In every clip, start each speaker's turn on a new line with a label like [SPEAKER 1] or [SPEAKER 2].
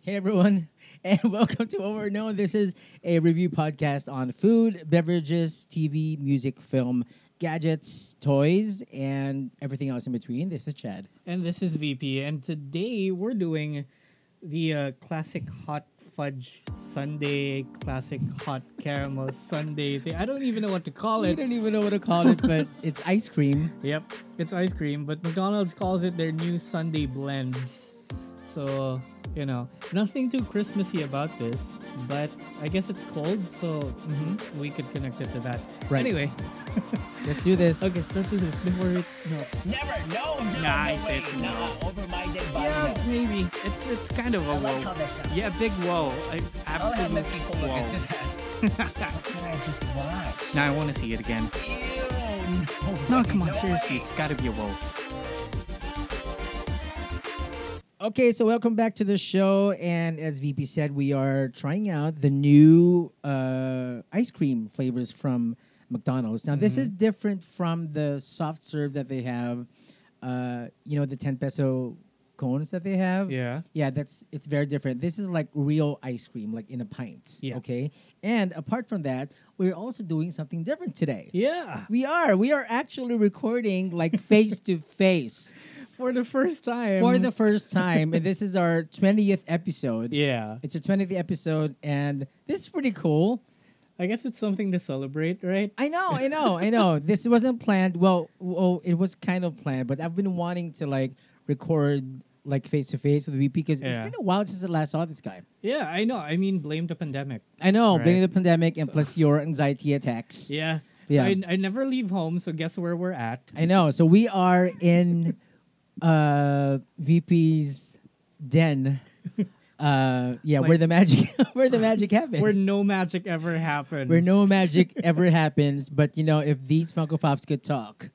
[SPEAKER 1] Hey everyone, and welcome to Over Known. This is a review podcast on food, beverages, TV, music, film, gadgets, toys, and everything else in between. This is Chad.
[SPEAKER 2] And this is VP, and today we're doing the uh, classic hot fudge Sunday, classic hot caramel Sunday thing. I don't even know what to call
[SPEAKER 1] I
[SPEAKER 2] it.
[SPEAKER 1] don't even know what to call it, but it's ice cream.
[SPEAKER 2] Yep, it's ice cream, but McDonald's calls it their new Sunday blends. So, you know, nothing too Christmassy about this, but I guess it's cold, so mhm, we could connect it to that.
[SPEAKER 1] Right.
[SPEAKER 2] Anyway,
[SPEAKER 1] Let's do this.
[SPEAKER 2] okay, let's do this before it melts.
[SPEAKER 3] Never, no, no,
[SPEAKER 4] Nice,
[SPEAKER 3] no way,
[SPEAKER 4] it's
[SPEAKER 3] no. Over my dead body.
[SPEAKER 2] Yeah, maybe.
[SPEAKER 4] It's, it's kind of a
[SPEAKER 3] I
[SPEAKER 4] whoa.
[SPEAKER 3] like how that sounds.
[SPEAKER 4] yeah, big whoa. I,
[SPEAKER 3] I'll have
[SPEAKER 4] absolute
[SPEAKER 3] the people look
[SPEAKER 4] whoa.
[SPEAKER 3] into that. what did I just watch?
[SPEAKER 4] Now I want to see it again.
[SPEAKER 3] Ew, no,
[SPEAKER 4] No,
[SPEAKER 3] way,
[SPEAKER 4] come on,
[SPEAKER 3] no
[SPEAKER 4] seriously,
[SPEAKER 3] way.
[SPEAKER 4] it's got to be a whoa.
[SPEAKER 1] Okay, so welcome back to the show. And as VP said, we are trying out the new uh, ice cream flavors from McDonald's. Now, this
[SPEAKER 2] Mm-hmm.
[SPEAKER 1] is different from the soft serve that they have. Uh, you know, the 10 peso cones that they have.
[SPEAKER 2] Yeah.
[SPEAKER 1] Yeah, that's it's very different. This is like real ice cream, like in a pint.
[SPEAKER 2] Yeah.
[SPEAKER 1] Okay. And apart from that, we're also doing something different today.
[SPEAKER 2] Yeah.
[SPEAKER 1] We are. We are actually recording like face to face
[SPEAKER 2] For the first time.
[SPEAKER 1] for the first time, and this is our twentieth episode.
[SPEAKER 2] Yeah.
[SPEAKER 1] It's our twentieth episode, and this is pretty cool.
[SPEAKER 2] I guess it's something to celebrate, right?
[SPEAKER 1] I know, I know, I know. This wasn't planned. Well, well, it was kind of planned, but I've been wanting to like record like face to face with VP because
[SPEAKER 2] Yeah.
[SPEAKER 1] it's been a while since I last saw this guy.
[SPEAKER 2] Yeah, I know. I mean, blame the pandemic.
[SPEAKER 1] I know,
[SPEAKER 2] Right.
[SPEAKER 1] blaming the pandemic and plus your anxiety attacks.
[SPEAKER 2] Yeah.
[SPEAKER 1] Yeah.
[SPEAKER 2] I, I never leave home, so guess where we're at?
[SPEAKER 1] I know. So we are in uh, VP's den. Uh, yeah, where
[SPEAKER 2] Like-
[SPEAKER 1] the magic, where the magic happens.
[SPEAKER 2] Where no magic ever happens.
[SPEAKER 1] where no magic ever happens. But you know, if these Funko Pops could talk,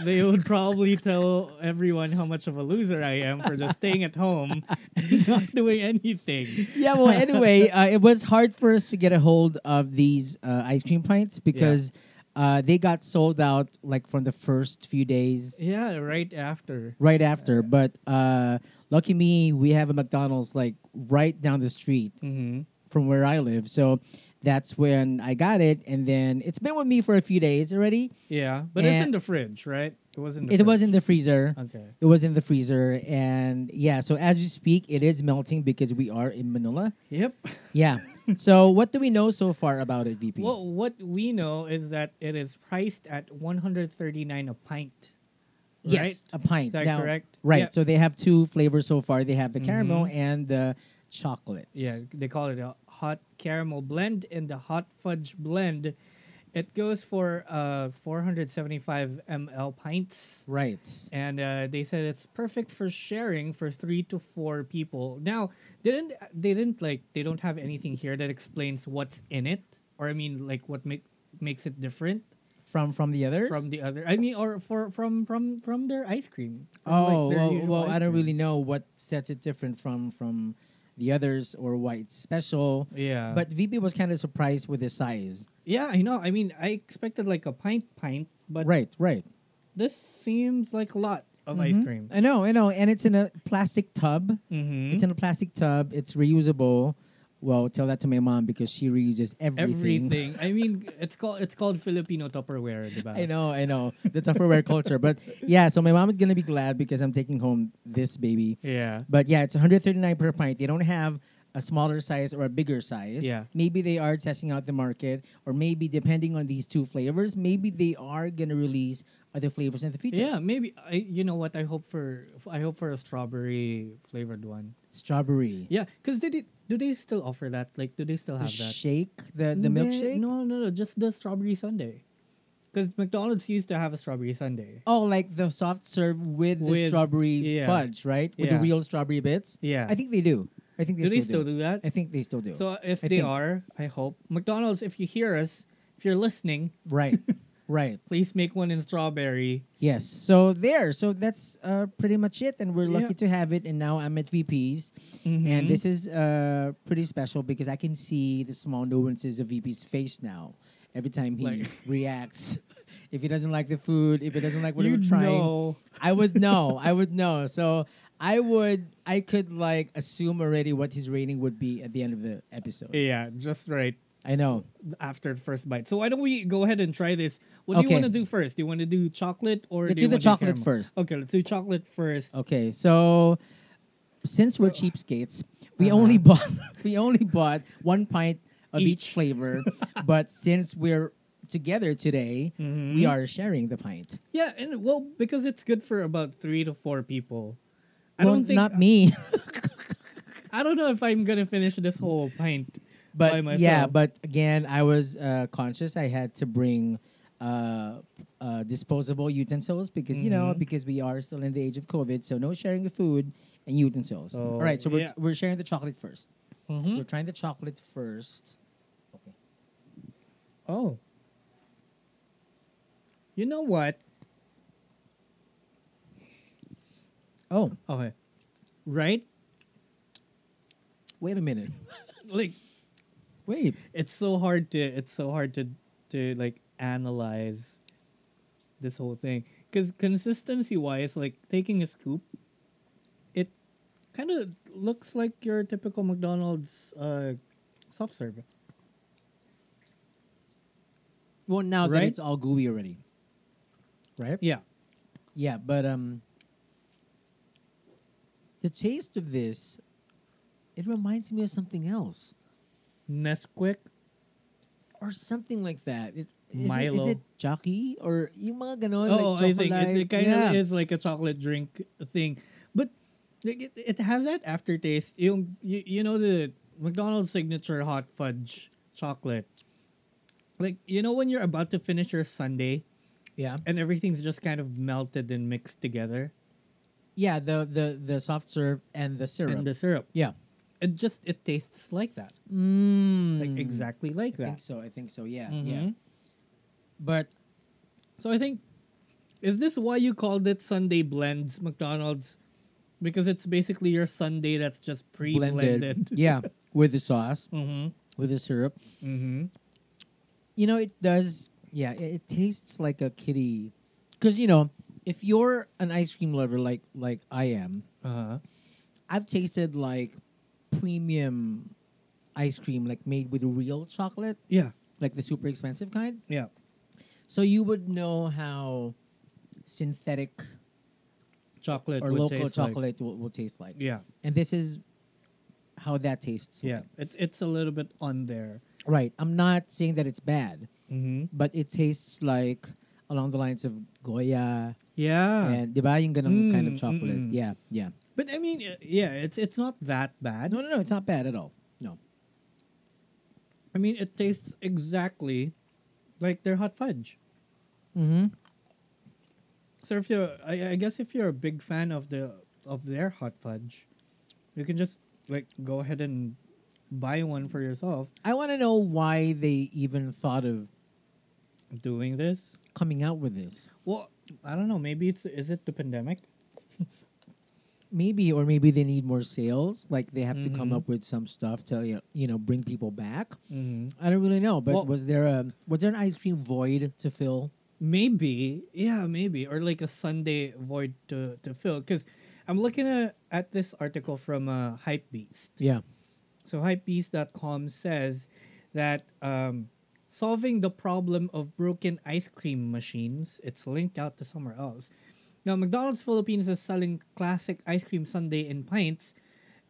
[SPEAKER 2] They would probably tell everyone how much of a loser I am for just staying at home and not doing anything.
[SPEAKER 1] yeah. Well, anyway, uh, it was hard for us to get a hold of these uh, ice cream pints because uh, they got sold out like from the first few days.
[SPEAKER 2] Yeah, right after.
[SPEAKER 1] Right after, but uh, lucky me, we have a McDonald's like right down the street
[SPEAKER 2] Mm-hmm.
[SPEAKER 1] from where I live. So that's when I got it, and then it's been with me for a few days already.
[SPEAKER 2] Yeah, but it's
[SPEAKER 1] Yeah.
[SPEAKER 2] in the fridge, right? It wasn't.
[SPEAKER 1] It was in the freezer.
[SPEAKER 2] Okay.
[SPEAKER 1] It was in the freezer, and yeah. So as we speak, it is melting because we are in Manila.
[SPEAKER 2] Yep.
[SPEAKER 1] Yeah. so what do we know so far about it, VP?
[SPEAKER 2] Well, what we know is that it is priced at 139 a pint.
[SPEAKER 1] yes,
[SPEAKER 2] right?
[SPEAKER 1] a pint.
[SPEAKER 2] Is that
[SPEAKER 1] Now-
[SPEAKER 2] correct?
[SPEAKER 1] Right.
[SPEAKER 2] Yeah. Mm-hmm.
[SPEAKER 1] So they have two flavors so far. They have the caramel and the chocolate.
[SPEAKER 2] Yeah, they call it a hot caramel blend and the hot fudge blend. It goes for uh, 475 ml pints.
[SPEAKER 1] Right.
[SPEAKER 2] And uh, they said it's perfect for sharing for three to four people. Now, didn't they didn't like they don't have anything here that explains what's in it, or I mean, like what make, makes it different
[SPEAKER 1] From from the others.
[SPEAKER 2] from the other. I mean, or for from from from their ice cream. From, like,
[SPEAKER 1] oh
[SPEAKER 2] their
[SPEAKER 1] well,
[SPEAKER 2] usual
[SPEAKER 1] well
[SPEAKER 2] ice
[SPEAKER 1] I don't
[SPEAKER 2] cream.
[SPEAKER 1] really know what sets it different from from the others or why it's special.
[SPEAKER 2] Yeah,
[SPEAKER 1] But VP was kind of surprised with the size.
[SPEAKER 2] yeah, I know. I mean, I expected like a pint pint, but
[SPEAKER 1] right. Right.
[SPEAKER 2] this seems like a lot of ice cream.
[SPEAKER 1] Mm-hmm. I know. I know. And it's in a plastic tub.
[SPEAKER 2] Mm-hmm.
[SPEAKER 1] It's in a plastic tub. It's reusable. Well, tell that to my mom because she reuses everything.
[SPEAKER 2] Everything. I mean, it's called it's called Filipino Tupperware, diba?
[SPEAKER 1] I know, I know. The Tupperware culture. But yeah, so my mom is going to be glad because I'm taking home this baby.
[SPEAKER 2] Yeah.
[SPEAKER 1] But yeah, it's 139 per pint. They don't have a smaller size or a bigger size.
[SPEAKER 2] Yeah.
[SPEAKER 1] Maybe they are testing out the market, or maybe depending on these two flavors, maybe they are going to release other flavors in the future.
[SPEAKER 2] Yeah, maybe I. You know what? I hope for I hope for a strawberry flavored one.
[SPEAKER 1] Strawberry.
[SPEAKER 2] Yeah, because did it? Do they still offer that? Like, do they still
[SPEAKER 1] The
[SPEAKER 2] have that?
[SPEAKER 1] shake, the, the
[SPEAKER 2] Nah,
[SPEAKER 1] milkshake.
[SPEAKER 2] No, no, no. Just the strawberry sundae. Because McDonald's used to have a strawberry sundae.
[SPEAKER 1] Oh, like the soft serve with, the
[SPEAKER 2] With-
[SPEAKER 1] strawberry
[SPEAKER 2] yeah.
[SPEAKER 1] fudge, right? With the
[SPEAKER 2] Yeah.
[SPEAKER 1] real strawberry bits.
[SPEAKER 2] Yeah.
[SPEAKER 1] I think they do. I think they
[SPEAKER 2] do they
[SPEAKER 1] still
[SPEAKER 2] still do, that?
[SPEAKER 1] I think they still do.
[SPEAKER 2] So if
[SPEAKER 1] I
[SPEAKER 2] they
[SPEAKER 1] think.
[SPEAKER 2] are, I hope McDonald's. If you hear us, if you're listening,
[SPEAKER 1] right, right.
[SPEAKER 2] please make one in strawberry.
[SPEAKER 1] Yes. So there. So that's uh, pretty much it, and we're
[SPEAKER 2] Yeah. Mm-hmm.
[SPEAKER 1] lucky to have it. And now I'm at VP's, and this is uh, pretty special because I can see the small nuances of VP's face now every time he
[SPEAKER 2] Like-
[SPEAKER 1] reacts. If he doesn't like the food, if he doesn't like what
[SPEAKER 2] you
[SPEAKER 1] we're trying,
[SPEAKER 2] know.
[SPEAKER 1] I would know. I would know. So I would, I could like assume already what his rating would be at the end of the episode.
[SPEAKER 2] Yeah, just right
[SPEAKER 1] I know.
[SPEAKER 2] after the first bite. So why don't we go ahead and try this? What do you
[SPEAKER 1] Okay.
[SPEAKER 2] want to do first? Do you want to do chocolate Oh. or
[SPEAKER 1] Let's do
[SPEAKER 2] you
[SPEAKER 1] the
[SPEAKER 2] wanna
[SPEAKER 1] chocolate
[SPEAKER 2] caramel?
[SPEAKER 1] first.
[SPEAKER 2] Okay, let's do chocolate first.
[SPEAKER 1] Okay, so since we're cheapskates, we
[SPEAKER 2] Uh-huh.
[SPEAKER 1] only bought we only bought one pint of each,
[SPEAKER 2] Each.
[SPEAKER 1] flavor. but since we're together today,
[SPEAKER 2] Mm-hmm.
[SPEAKER 1] we are sharing the pint.
[SPEAKER 2] Yeah, and well, because it's good for about three to four people. I
[SPEAKER 1] well,
[SPEAKER 2] don't think
[SPEAKER 1] not me,
[SPEAKER 2] I don't know if I'm gonna finish this whole pint. by
[SPEAKER 1] but
[SPEAKER 2] myself.
[SPEAKER 1] yeah. But again, I was uh, conscious. I had to bring. Uh, uh, disposable utensils because you know
[SPEAKER 2] Mm-hmm.
[SPEAKER 1] because we are still in the age of COVID, so no sharing of food and utensils. All
[SPEAKER 2] So,
[SPEAKER 1] right, so we're,
[SPEAKER 2] yeah.
[SPEAKER 1] we're sharing the chocolate 1st we We're
[SPEAKER 2] Mhm.
[SPEAKER 1] trying the chocolate first.
[SPEAKER 2] Oh, you know what?
[SPEAKER 1] Oh,
[SPEAKER 2] Okay, right?
[SPEAKER 1] wait a minute.
[SPEAKER 2] Like
[SPEAKER 1] Wait.
[SPEAKER 2] it's so hard to it's so hard to to like analyze this whole thing because consistency wise like taking a scoop it kind of looks like your typical mcdonald's uh soft serve
[SPEAKER 1] Well, now that
[SPEAKER 2] Right?
[SPEAKER 1] it's all gooey already. Right?
[SPEAKER 2] yeah
[SPEAKER 1] Yeah, but um the taste of this it reminds me of something else
[SPEAKER 2] nesquik
[SPEAKER 1] or something like that. It, is It, is
[SPEAKER 2] Milo.
[SPEAKER 1] it jockey or yung mga ganon,
[SPEAKER 2] oh
[SPEAKER 1] like
[SPEAKER 2] i think it,
[SPEAKER 1] chocolate?
[SPEAKER 2] it kind
[SPEAKER 1] yeah.
[SPEAKER 2] of is like a chocolate drink thing but like, it, it has that aftertaste you, you you know the mcdonald's signature hot fudge chocolate like you know when you're about to finish your sunday
[SPEAKER 1] Yeah.
[SPEAKER 2] and everything's just kind of melted and mixed together
[SPEAKER 1] Yeah, the the the soft serve and the syrup.
[SPEAKER 2] and the syrup
[SPEAKER 1] yeah.
[SPEAKER 2] it just it tastes like that
[SPEAKER 1] Mm.
[SPEAKER 2] like exactly like
[SPEAKER 1] I think
[SPEAKER 2] that
[SPEAKER 1] so. I think so. Yeah. Yeah.
[SPEAKER 2] Mhm.
[SPEAKER 1] But
[SPEAKER 2] so i think is this why you called it sunday blends mcdonald's because it's basically your sunday that's just
[SPEAKER 1] blended.
[SPEAKER 2] pre-blended
[SPEAKER 1] yeah, with the sauce,
[SPEAKER 2] mm-hmm
[SPEAKER 1] with the syrup.
[SPEAKER 2] mm-hmm
[SPEAKER 1] You know, it does. Yeah, it, it tastes like a kitty. Because you know, if you're an ice cream lover like like I am,
[SPEAKER 2] uh-huh
[SPEAKER 1] I've tasted like premium ice cream, like made with real chocolate,
[SPEAKER 2] yeah
[SPEAKER 1] like the super expensive kind.
[SPEAKER 2] yeah
[SPEAKER 1] So you would know how synthetic
[SPEAKER 2] chocolate
[SPEAKER 1] or
[SPEAKER 2] would
[SPEAKER 1] local
[SPEAKER 2] taste like-
[SPEAKER 1] chocolate will, will taste like.
[SPEAKER 2] yeah
[SPEAKER 1] And this is how that tastes.
[SPEAKER 2] yeah
[SPEAKER 1] like.
[SPEAKER 2] it's it's a little bit on there
[SPEAKER 1] Right. I'm not saying that it's bad,
[SPEAKER 2] mm-hmm
[SPEAKER 1] but it tastes like along the lines of Goya.
[SPEAKER 2] yeah
[SPEAKER 1] and diba yung ganong kind of
[SPEAKER 2] Ah. Mm,
[SPEAKER 1] chocolate.
[SPEAKER 2] mm, mm.
[SPEAKER 1] Yeah, yeah.
[SPEAKER 2] but i mean uh, yeah it's it's not that bad
[SPEAKER 1] No, no, no. It's not bad at all. No.
[SPEAKER 2] I mean, it tastes exactly like their hot fudge.
[SPEAKER 1] Mm-hmm.
[SPEAKER 2] So if you're, I, I guess if you're a big fan of the of their hot fudge, you can just like go ahead and buy one for yourself.
[SPEAKER 1] I want to know why they even thought of
[SPEAKER 2] Doing this,
[SPEAKER 1] coming out with this.
[SPEAKER 2] well, I don't know. Maybe it's is it the pandemic?
[SPEAKER 1] Maybe, or maybe they need more sales. Like they have to come up
[SPEAKER 2] Mhm.
[SPEAKER 1] with some stuff to you know, you know bring people back.
[SPEAKER 2] Mm-hmm.
[SPEAKER 1] I don't really know. But
[SPEAKER 2] Well-
[SPEAKER 1] was there a was there an ice cream void to fill?
[SPEAKER 2] Maybe, yeah, maybe, or like a Sunday void to to fill. Because I'm looking at, at this article from uh, Hypebeast.
[SPEAKER 1] Yeah.
[SPEAKER 2] So hypebeast.com says that um, solving the problem of broken ice cream machines, it's linked out to somewhere else. Now, McDonald's Philippines is selling classic ice cream sundae in pints,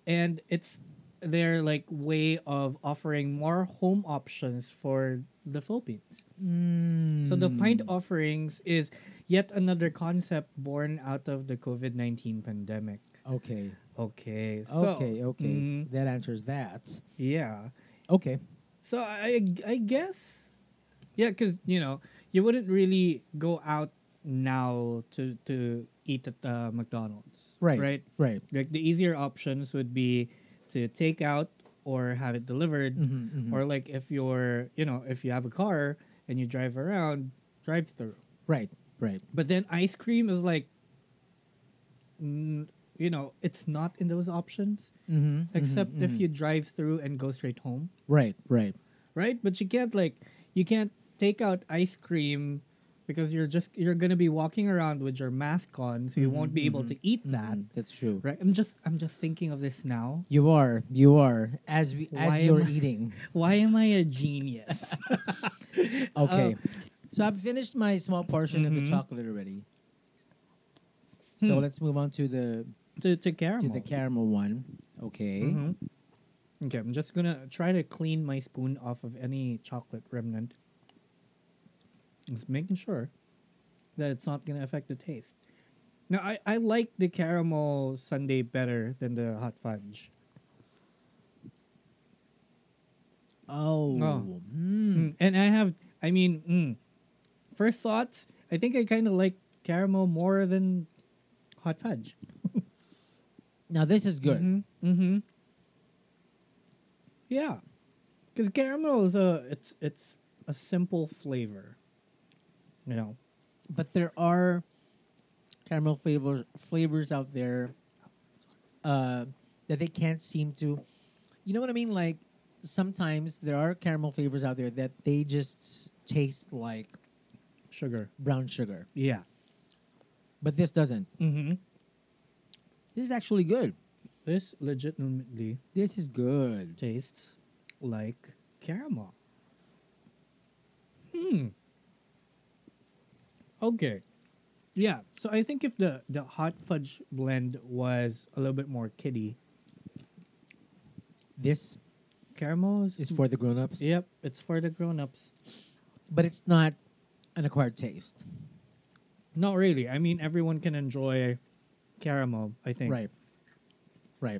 [SPEAKER 2] and it's their like way of offering more home options for the Philippines.
[SPEAKER 1] Mm. Hmm.
[SPEAKER 2] So the pint offerings is yet another concept born out of the COVID-19 pandemic.
[SPEAKER 1] Okay.
[SPEAKER 2] Okay. So,
[SPEAKER 1] Okay. okay.
[SPEAKER 2] mhm,
[SPEAKER 1] That answers that.
[SPEAKER 2] yeah.
[SPEAKER 1] Okay.
[SPEAKER 2] So I I guess yeah, because you know you wouldn't really go out now to to eat at uh, McDonald's,
[SPEAKER 1] Right.
[SPEAKER 2] Right.
[SPEAKER 1] Right.
[SPEAKER 2] Like the easier options would be to take out or have it delivered,
[SPEAKER 1] Mhm, mhm.
[SPEAKER 2] or like if you're you know if you have a car and you drive around, drive through.
[SPEAKER 1] Right. Right.
[SPEAKER 2] But then ice cream is like, mm, you know, it's not in those options
[SPEAKER 1] Mm-hmm.
[SPEAKER 2] except if you drive through and go straight home.
[SPEAKER 1] Right. Right.
[SPEAKER 2] right? But you can't like you can't take out ice cream because you're just you're gonna be walking around with your mask on, so you won't
[SPEAKER 1] Mm-hmm,
[SPEAKER 2] be able to eat that.
[SPEAKER 1] That's true.
[SPEAKER 2] Right? I'm just I'm just thinking of this now.
[SPEAKER 1] You are, you are. As we,
[SPEAKER 2] Why
[SPEAKER 1] as
[SPEAKER 2] am
[SPEAKER 1] you're
[SPEAKER 2] I- Um,
[SPEAKER 1] eating.
[SPEAKER 2] Why am I a genius?
[SPEAKER 1] Okay. so I've finished my small portion of the
[SPEAKER 2] Mhm.
[SPEAKER 1] chocolate already. So
[SPEAKER 2] Hmm.
[SPEAKER 1] let's move on to the
[SPEAKER 2] to to
[SPEAKER 1] to
[SPEAKER 2] caramel.
[SPEAKER 1] the caramel one. Okay.
[SPEAKER 2] Mhm. Okay, I'm just gonna try to clean my spoon off of any chocolate remnant. Just making sure that it's not gonna affect the taste. Now, I, I like the caramel sundae better than the hot fudge.
[SPEAKER 1] Oh.
[SPEAKER 2] Oh.
[SPEAKER 1] Mm.
[SPEAKER 2] Mm, And I have, I mean, mm, first thoughts, I think I kind of like caramel more than hot fudge.
[SPEAKER 1] Now this is good.
[SPEAKER 2] Mm-hmm. mm-hmm. Yeah, because caramel is a it's it's a simple flavor. You know.
[SPEAKER 1] But there are caramel flavors flavors out there uh, that they can't seem to. You know what I mean? Like sometimes there are caramel flavors out there that they just taste like
[SPEAKER 2] Sugar.
[SPEAKER 1] brown sugar,
[SPEAKER 2] Yeah.
[SPEAKER 1] but this doesn't.
[SPEAKER 2] Mm-hmm.
[SPEAKER 1] This is actually good.
[SPEAKER 2] This legitimately
[SPEAKER 1] This is good.
[SPEAKER 2] tastes like caramel. Hmm. Okay. Yeah. So I think if the the hot fudge blend was a little bit more kiddie,
[SPEAKER 1] This
[SPEAKER 2] caramel is
[SPEAKER 1] is for the grown-ups,
[SPEAKER 2] Yep, it's for the grown-ups.
[SPEAKER 1] but it's not an acquired taste,
[SPEAKER 2] Not really. I mean, everyone can enjoy caramel, I think.
[SPEAKER 1] right? Right.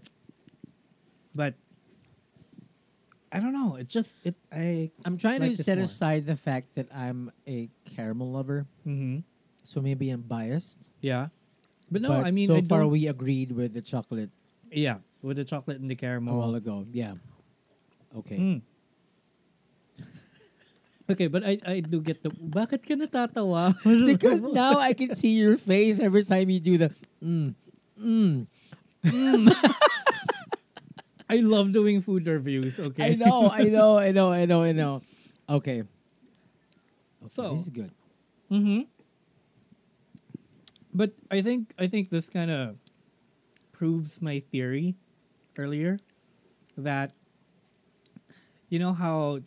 [SPEAKER 2] But I don't know. It just it I
[SPEAKER 1] I'm trying to
[SPEAKER 2] Like this
[SPEAKER 1] set
[SPEAKER 2] more.
[SPEAKER 1] aside the fact that I'm a caramel lover,
[SPEAKER 2] mm-hmm.
[SPEAKER 1] so maybe I'm biased.
[SPEAKER 2] Yeah. But no,
[SPEAKER 1] but
[SPEAKER 2] I mean
[SPEAKER 1] so
[SPEAKER 2] I
[SPEAKER 1] far
[SPEAKER 2] don't-
[SPEAKER 1] we agreed with the chocolate
[SPEAKER 2] yeah, with the chocolate and the
[SPEAKER 1] a while
[SPEAKER 2] caramel.
[SPEAKER 1] ago. Yeah. Oh, Okay.
[SPEAKER 2] Mm. Okay, but I I do get the bakit ka natatawa?
[SPEAKER 1] Because now I can see your face every time you do the mm, mm.
[SPEAKER 2] I love doing food reviews, okay?
[SPEAKER 1] I know, I know, I know, I know, I know. Okay. Okay,
[SPEAKER 2] So-
[SPEAKER 1] this is good.
[SPEAKER 2] Mm-hmm. But I think I think this kind of proves my theory earlier that you know how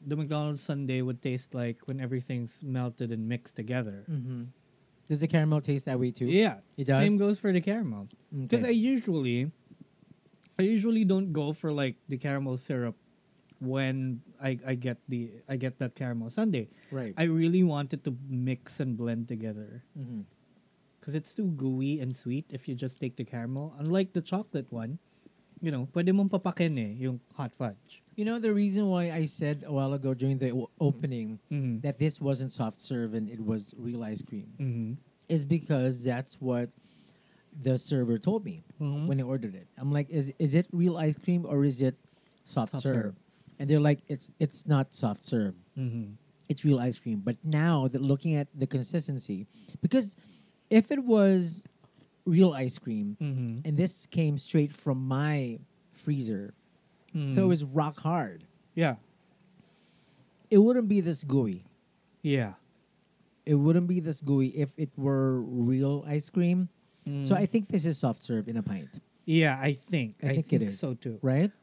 [SPEAKER 2] the McDonald's Sunday would taste like when everything's melted and mixed together.
[SPEAKER 1] Mm-hmm. Does the caramel taste that way too?
[SPEAKER 2] Yeah,
[SPEAKER 1] It does?
[SPEAKER 2] same goes for the caramel. Because
[SPEAKER 1] Okay.
[SPEAKER 2] I usually, I usually don't go for like the caramel syrup when I, I get the I get that caramel Sunday.
[SPEAKER 1] right.
[SPEAKER 2] I really want it to mix and blend together.
[SPEAKER 1] mm-hmm.
[SPEAKER 2] because it's too gooey and sweet if you just take the caramel. Unlike the chocolate one, you know, pwede mong papakin eh, yung hot fudge.
[SPEAKER 1] You know the reason why I said a while ago during the o- opening
[SPEAKER 2] Mm-hmm.
[SPEAKER 1] that this wasn't soft serve and it was real ice cream
[SPEAKER 2] Mm-hmm.
[SPEAKER 1] is because that's what the server told me
[SPEAKER 2] Mhm.
[SPEAKER 1] when I ordered it. I'm like, is is it real ice cream or is it soft,
[SPEAKER 2] Soft
[SPEAKER 1] serve?
[SPEAKER 2] serve.
[SPEAKER 1] And they're like, it's it's not soft serve.
[SPEAKER 2] Mm-hmm.
[SPEAKER 1] It's real ice cream. But now that looking at the consistency, because if it was real ice cream
[SPEAKER 2] Mm-hmm.
[SPEAKER 1] and this came straight from my freezer, so
[SPEAKER 2] Mm.
[SPEAKER 1] it was rock hard.
[SPEAKER 2] Mm-hmm. yeah,
[SPEAKER 1] It wouldn't be this gooey.
[SPEAKER 2] yeah.
[SPEAKER 1] It wouldn't be this gooey if it were real ice cream. So I
[SPEAKER 2] Mm.
[SPEAKER 1] think this is soft serve in a pint,
[SPEAKER 2] Yeah, I think.
[SPEAKER 1] I
[SPEAKER 2] I,
[SPEAKER 1] think
[SPEAKER 2] think,
[SPEAKER 1] it is.
[SPEAKER 2] so too.
[SPEAKER 1] right?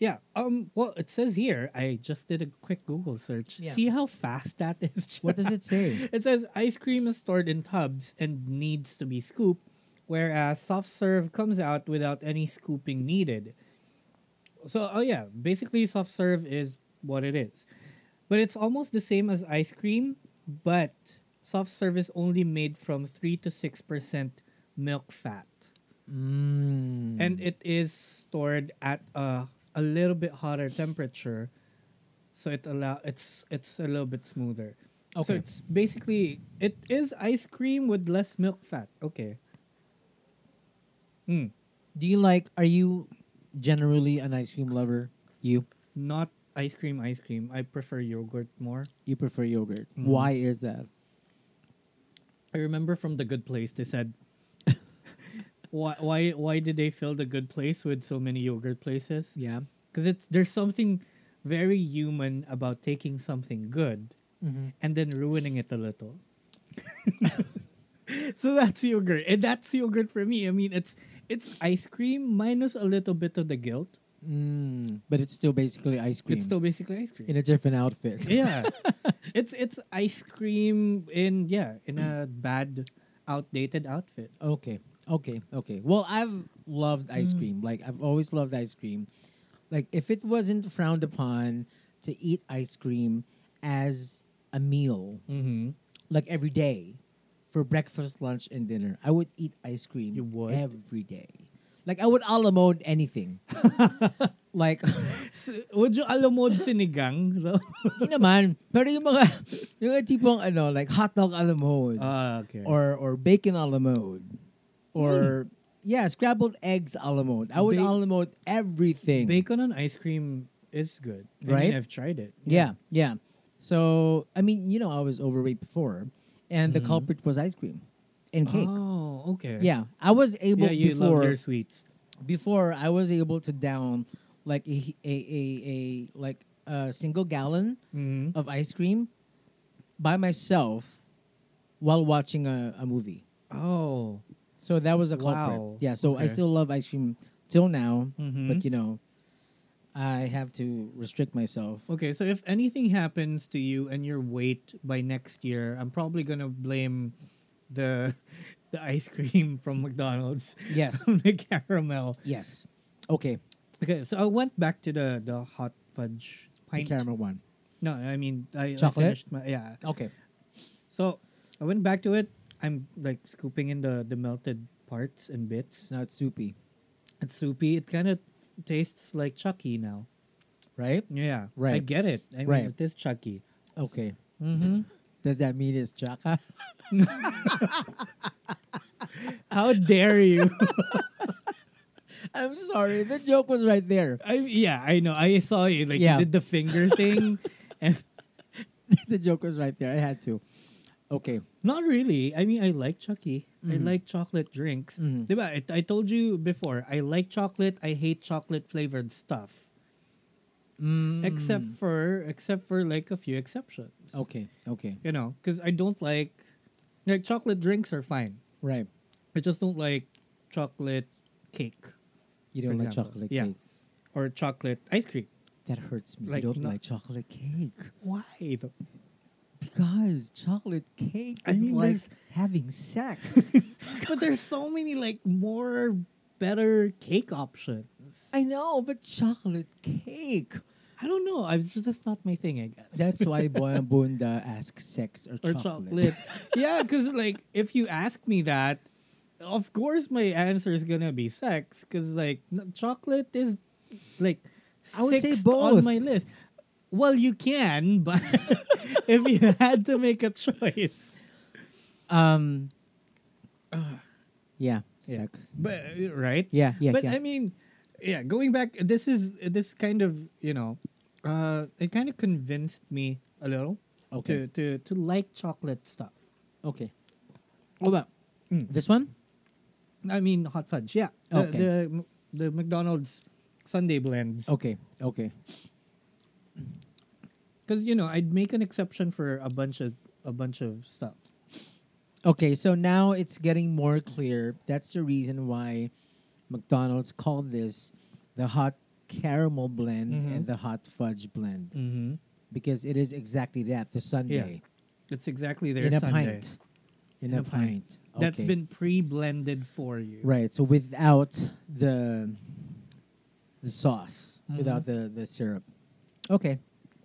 [SPEAKER 2] Yeah. Um. Well, it says here. I just did a quick Google search.
[SPEAKER 1] Yeah.
[SPEAKER 2] See how fast that is.
[SPEAKER 1] What does it say?
[SPEAKER 2] It says ice cream is stored in tubs and needs to be scooped, whereas soft serve comes out without any scooping needed. So, oh yeah, basically soft serve is what it is. But it's almost the same as ice cream, but soft serve is only made from 3 to 6% milk fat.
[SPEAKER 1] Mm.
[SPEAKER 2] And it is stored at a, a little bit hotter temperature, so it allow it's it's a little bit smoother. So
[SPEAKER 1] okay,
[SPEAKER 2] it's basically it is ice cream with less milk fat. Okay. Hmm.
[SPEAKER 1] do you like? Are you generally an ice cream lover? You
[SPEAKER 2] Not ice cream, ice cream. I prefer yogurt more.
[SPEAKER 1] you prefer yogurt.
[SPEAKER 2] Mhm.
[SPEAKER 1] Why is that?
[SPEAKER 2] I remember from the Good Place they said, why why why did they fill the Good Place with so many yogurt places?
[SPEAKER 1] Yeah,
[SPEAKER 2] Because it's there's something very human about taking something good
[SPEAKER 1] Mm-hmm.
[SPEAKER 2] and then ruining it a little. so that's yogurt. And that's yogurt for me. I mean, it's it's ice cream minus a little bit of the guilt.
[SPEAKER 1] Mm, but it's still basically ice cream.
[SPEAKER 2] It's still basically ice cream.
[SPEAKER 1] in a different outfit.
[SPEAKER 2] yeah. it's it's ice cream in yeah, in a bad outdated outfit.
[SPEAKER 1] Okay. Okay. Okay. Well, I've loved
[SPEAKER 2] Mm-hmm.
[SPEAKER 1] ice cream. Like I've always loved ice cream. Like if it wasn't frowned upon to eat ice cream as a meal,
[SPEAKER 2] Mm-hmm.
[SPEAKER 1] like every day, for breakfast, lunch, and dinner, I would eat ice cream
[SPEAKER 2] You would?
[SPEAKER 1] every day. Like I would a la mode anything. like
[SPEAKER 2] Would you alamod sinigang? though?
[SPEAKER 1] di naman, pero yung mga yung mga tipong ano, like hot dog a la mode.
[SPEAKER 2] Ah, okay.
[SPEAKER 1] or or bacon a la mode, or yeah, scrambled eggs a la mode. I would
[SPEAKER 2] Hmm. Ba-
[SPEAKER 1] a la mode everything.
[SPEAKER 2] bacon on ice cream is good. I mean,
[SPEAKER 1] Right?
[SPEAKER 2] I've tried it.
[SPEAKER 1] yeah, yeah. So I mean, you know, I was overweight before, and the
[SPEAKER 2] Mhm.
[SPEAKER 1] culprit was ice cream and cake.
[SPEAKER 2] Oh, okay.
[SPEAKER 1] Yeah, I was able
[SPEAKER 2] Yeah, you
[SPEAKER 1] before
[SPEAKER 2] love your sweets.
[SPEAKER 1] before I was able to down like a a a, a like a single gallon
[SPEAKER 2] Mm-hmm.
[SPEAKER 1] of ice cream by myself while watching a, a movie.
[SPEAKER 2] Oh.
[SPEAKER 1] So that was a culprit.
[SPEAKER 2] Wow.
[SPEAKER 1] Yeah. So I
[SPEAKER 2] Okay.
[SPEAKER 1] still love ice cream till now,
[SPEAKER 2] Mhm.
[SPEAKER 1] but you know, I have to restrict myself.
[SPEAKER 2] Okay, so if anything happens to you and your weight by next year, I'm probably gonna blame the the ice cream from McDonald's,
[SPEAKER 1] Yes.
[SPEAKER 2] the caramel.
[SPEAKER 1] yes. Okay.
[SPEAKER 2] Okay, so I went back to the the hot fudge
[SPEAKER 1] The
[SPEAKER 2] pint.
[SPEAKER 1] caramel one.
[SPEAKER 2] No, I mean I, I
[SPEAKER 1] Chocolate?
[SPEAKER 2] finished my yeah.
[SPEAKER 1] Okay.
[SPEAKER 2] So I went back to it. I'm like scooping in the the melted parts and
[SPEAKER 1] It's
[SPEAKER 2] bits.
[SPEAKER 1] not soupy,
[SPEAKER 2] It's soupy. It kind of tastes like Chucky now.
[SPEAKER 1] right?
[SPEAKER 2] Yeah, I
[SPEAKER 1] Right.
[SPEAKER 2] get it. I mean,
[SPEAKER 1] Right.
[SPEAKER 2] it is Chucky.
[SPEAKER 1] Okay.
[SPEAKER 2] Mm-hmm.
[SPEAKER 1] Does that mean it's chaka?
[SPEAKER 2] How dare you?
[SPEAKER 1] I'm sorry. The joke was right there.
[SPEAKER 2] I, yeah, I know. I saw you. Like
[SPEAKER 1] Yeah.
[SPEAKER 2] you did the finger thing. and
[SPEAKER 1] the joke was right there. I had to. Okay.
[SPEAKER 2] not really. I mean, I like Chucky. I
[SPEAKER 1] Mhm.
[SPEAKER 2] like chocolate drinks.
[SPEAKER 1] Mhm.
[SPEAKER 2] Diba? I, I told you before. I like chocolate. I hate chocolate flavored stuff.
[SPEAKER 1] Mm.
[SPEAKER 2] Except for except for like a few exceptions.
[SPEAKER 1] Okay. Okay.
[SPEAKER 2] You know, because I don't like like chocolate drinks are fine.
[SPEAKER 1] Right.
[SPEAKER 2] I just don't like chocolate cake
[SPEAKER 1] You don't
[SPEAKER 2] For
[SPEAKER 1] like
[SPEAKER 2] example.
[SPEAKER 1] chocolate
[SPEAKER 2] Yeah.
[SPEAKER 1] cake.
[SPEAKER 2] or chocolate ice cream.
[SPEAKER 1] That hurts me.
[SPEAKER 2] Like
[SPEAKER 1] you don't
[SPEAKER 2] not-
[SPEAKER 1] like chocolate cake
[SPEAKER 2] Why? though?
[SPEAKER 1] because chocolate cake
[SPEAKER 2] I
[SPEAKER 1] is
[SPEAKER 2] mean,
[SPEAKER 1] like
[SPEAKER 2] there's-
[SPEAKER 1] having sex.
[SPEAKER 2] But there's so many like more better cake options.
[SPEAKER 1] I know, but chocolate cake.
[SPEAKER 2] I don't know. I was just not my thing, I guess.
[SPEAKER 1] That's why Boyan Bunda asks sex or,
[SPEAKER 2] or chocolate. yeah, because like if you ask me that, of course my answer is gonna be sex. Because like n- chocolate is like
[SPEAKER 1] I would say
[SPEAKER 2] sixth
[SPEAKER 1] both.
[SPEAKER 2] on my list. Well, you can, but if you had to make a choice,
[SPEAKER 1] Um. yeah,
[SPEAKER 2] Yeah.
[SPEAKER 1] sex.
[SPEAKER 2] but uh, right?
[SPEAKER 1] Yeah, yeah,
[SPEAKER 2] but
[SPEAKER 1] yeah.
[SPEAKER 2] I mean, yeah, going back, this is this kind of you know, uh, it kind of convinced me a little
[SPEAKER 1] Okay.
[SPEAKER 2] to, to to like chocolate stuff.
[SPEAKER 1] okay. What about
[SPEAKER 2] Mm.
[SPEAKER 1] this one?
[SPEAKER 2] I mean, hot fudge. Yeah, the
[SPEAKER 1] Okay.
[SPEAKER 2] the, the McDonald's Sunday blends.
[SPEAKER 1] Okay, okay.
[SPEAKER 2] Because you know, I'd make an exception for a bunch of a bunch of stuff.
[SPEAKER 1] Okay, so now it's getting more clear. That's the reason why McDonald's called this the hot caramel blend
[SPEAKER 2] Mhm.
[SPEAKER 1] and the hot fudge blend
[SPEAKER 2] Mm-hmm.
[SPEAKER 1] because it is exactly that the Sunday
[SPEAKER 2] It's exactly their
[SPEAKER 1] in a
[SPEAKER 2] Sunday.
[SPEAKER 1] pint. In, a, pint.
[SPEAKER 2] That's
[SPEAKER 1] Okay.
[SPEAKER 2] been pre-blended for you.
[SPEAKER 1] Right. So without the the sauce,
[SPEAKER 2] Mm-hmm.
[SPEAKER 1] without the the syrup. Okay.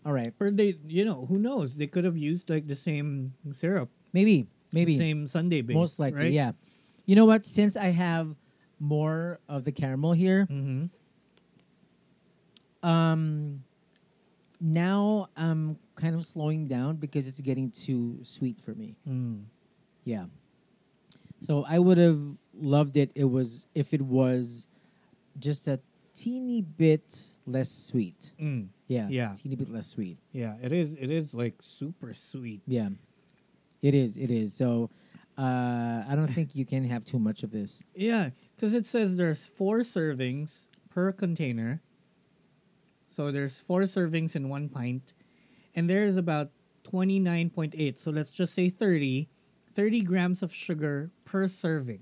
[SPEAKER 1] All right.
[SPEAKER 2] Or they, you know, who knows? They could have used like the same syrup,
[SPEAKER 1] Maybe. Maybe.
[SPEAKER 2] same Sunday base,
[SPEAKER 1] Most likely.
[SPEAKER 2] right?
[SPEAKER 1] Yeah. You know what? Since I have more of the caramel here,
[SPEAKER 2] Mm-hmm.
[SPEAKER 1] um, now I'm kind of slowing down because it's getting too sweet for me.
[SPEAKER 2] Mm.
[SPEAKER 1] Yeah. So I would have loved it. It was if it was just a teeny bit less sweet.
[SPEAKER 2] Mm.
[SPEAKER 1] Yeah.
[SPEAKER 2] Yeah.
[SPEAKER 1] Teeny bit less sweet.
[SPEAKER 2] Yeah, it is. It is like super sweet.
[SPEAKER 1] Yeah. It is. It is. So uh, I don't think you can have too much of this.
[SPEAKER 2] Yeah, because it says there's four servings per container. So there's four servings in one pint, and there's about 29.8. So let's just say 30. 30 grams of sugar per serving.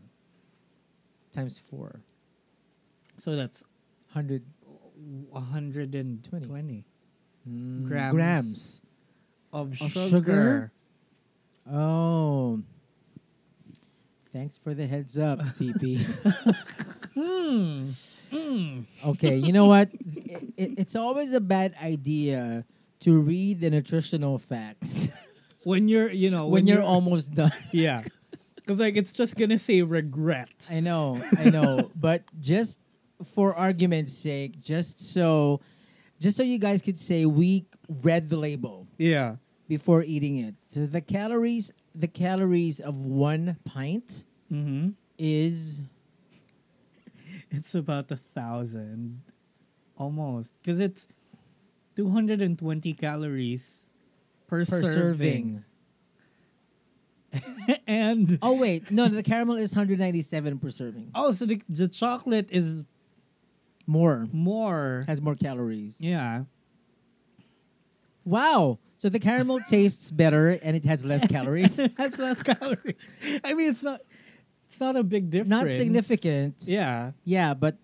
[SPEAKER 1] times four.
[SPEAKER 2] So that's
[SPEAKER 1] 100
[SPEAKER 2] 120
[SPEAKER 1] mm,
[SPEAKER 2] Grams.
[SPEAKER 1] grams.
[SPEAKER 2] of
[SPEAKER 1] Of
[SPEAKER 2] sugar.
[SPEAKER 1] sugar? Oh. Thanks for the heads up, PP.
[SPEAKER 2] Hmm. Mm.
[SPEAKER 1] okay, you know what? It, it- it's always a bad idea to read the nutritional facts
[SPEAKER 2] When you're, you know,
[SPEAKER 1] when you're almost done.
[SPEAKER 2] yeah. Because, like, it's just going to say regret.
[SPEAKER 1] I know, I know, but just for argument's sake, just so, just so you guys could say we read the label
[SPEAKER 2] Yeah.
[SPEAKER 1] before eating it. So the calories, the calories of one pint
[SPEAKER 2] Mm-hmm.
[SPEAKER 1] is
[SPEAKER 2] It's about a thousand, almost, because it's 220 calories per,
[SPEAKER 1] per
[SPEAKER 2] serving.
[SPEAKER 1] serving.
[SPEAKER 2] and
[SPEAKER 1] Oh wait, no, the caramel is 197 per serving.
[SPEAKER 2] oh, so the, the chocolate is
[SPEAKER 1] More
[SPEAKER 2] more.
[SPEAKER 1] has more calories.
[SPEAKER 2] Yeah,
[SPEAKER 1] Wow. So the caramel tastes better and it has less calories.
[SPEAKER 2] it has less calories. I mean, it's not, it's not a big difference.
[SPEAKER 1] Not significant.
[SPEAKER 2] Yeah,
[SPEAKER 1] Yeah, but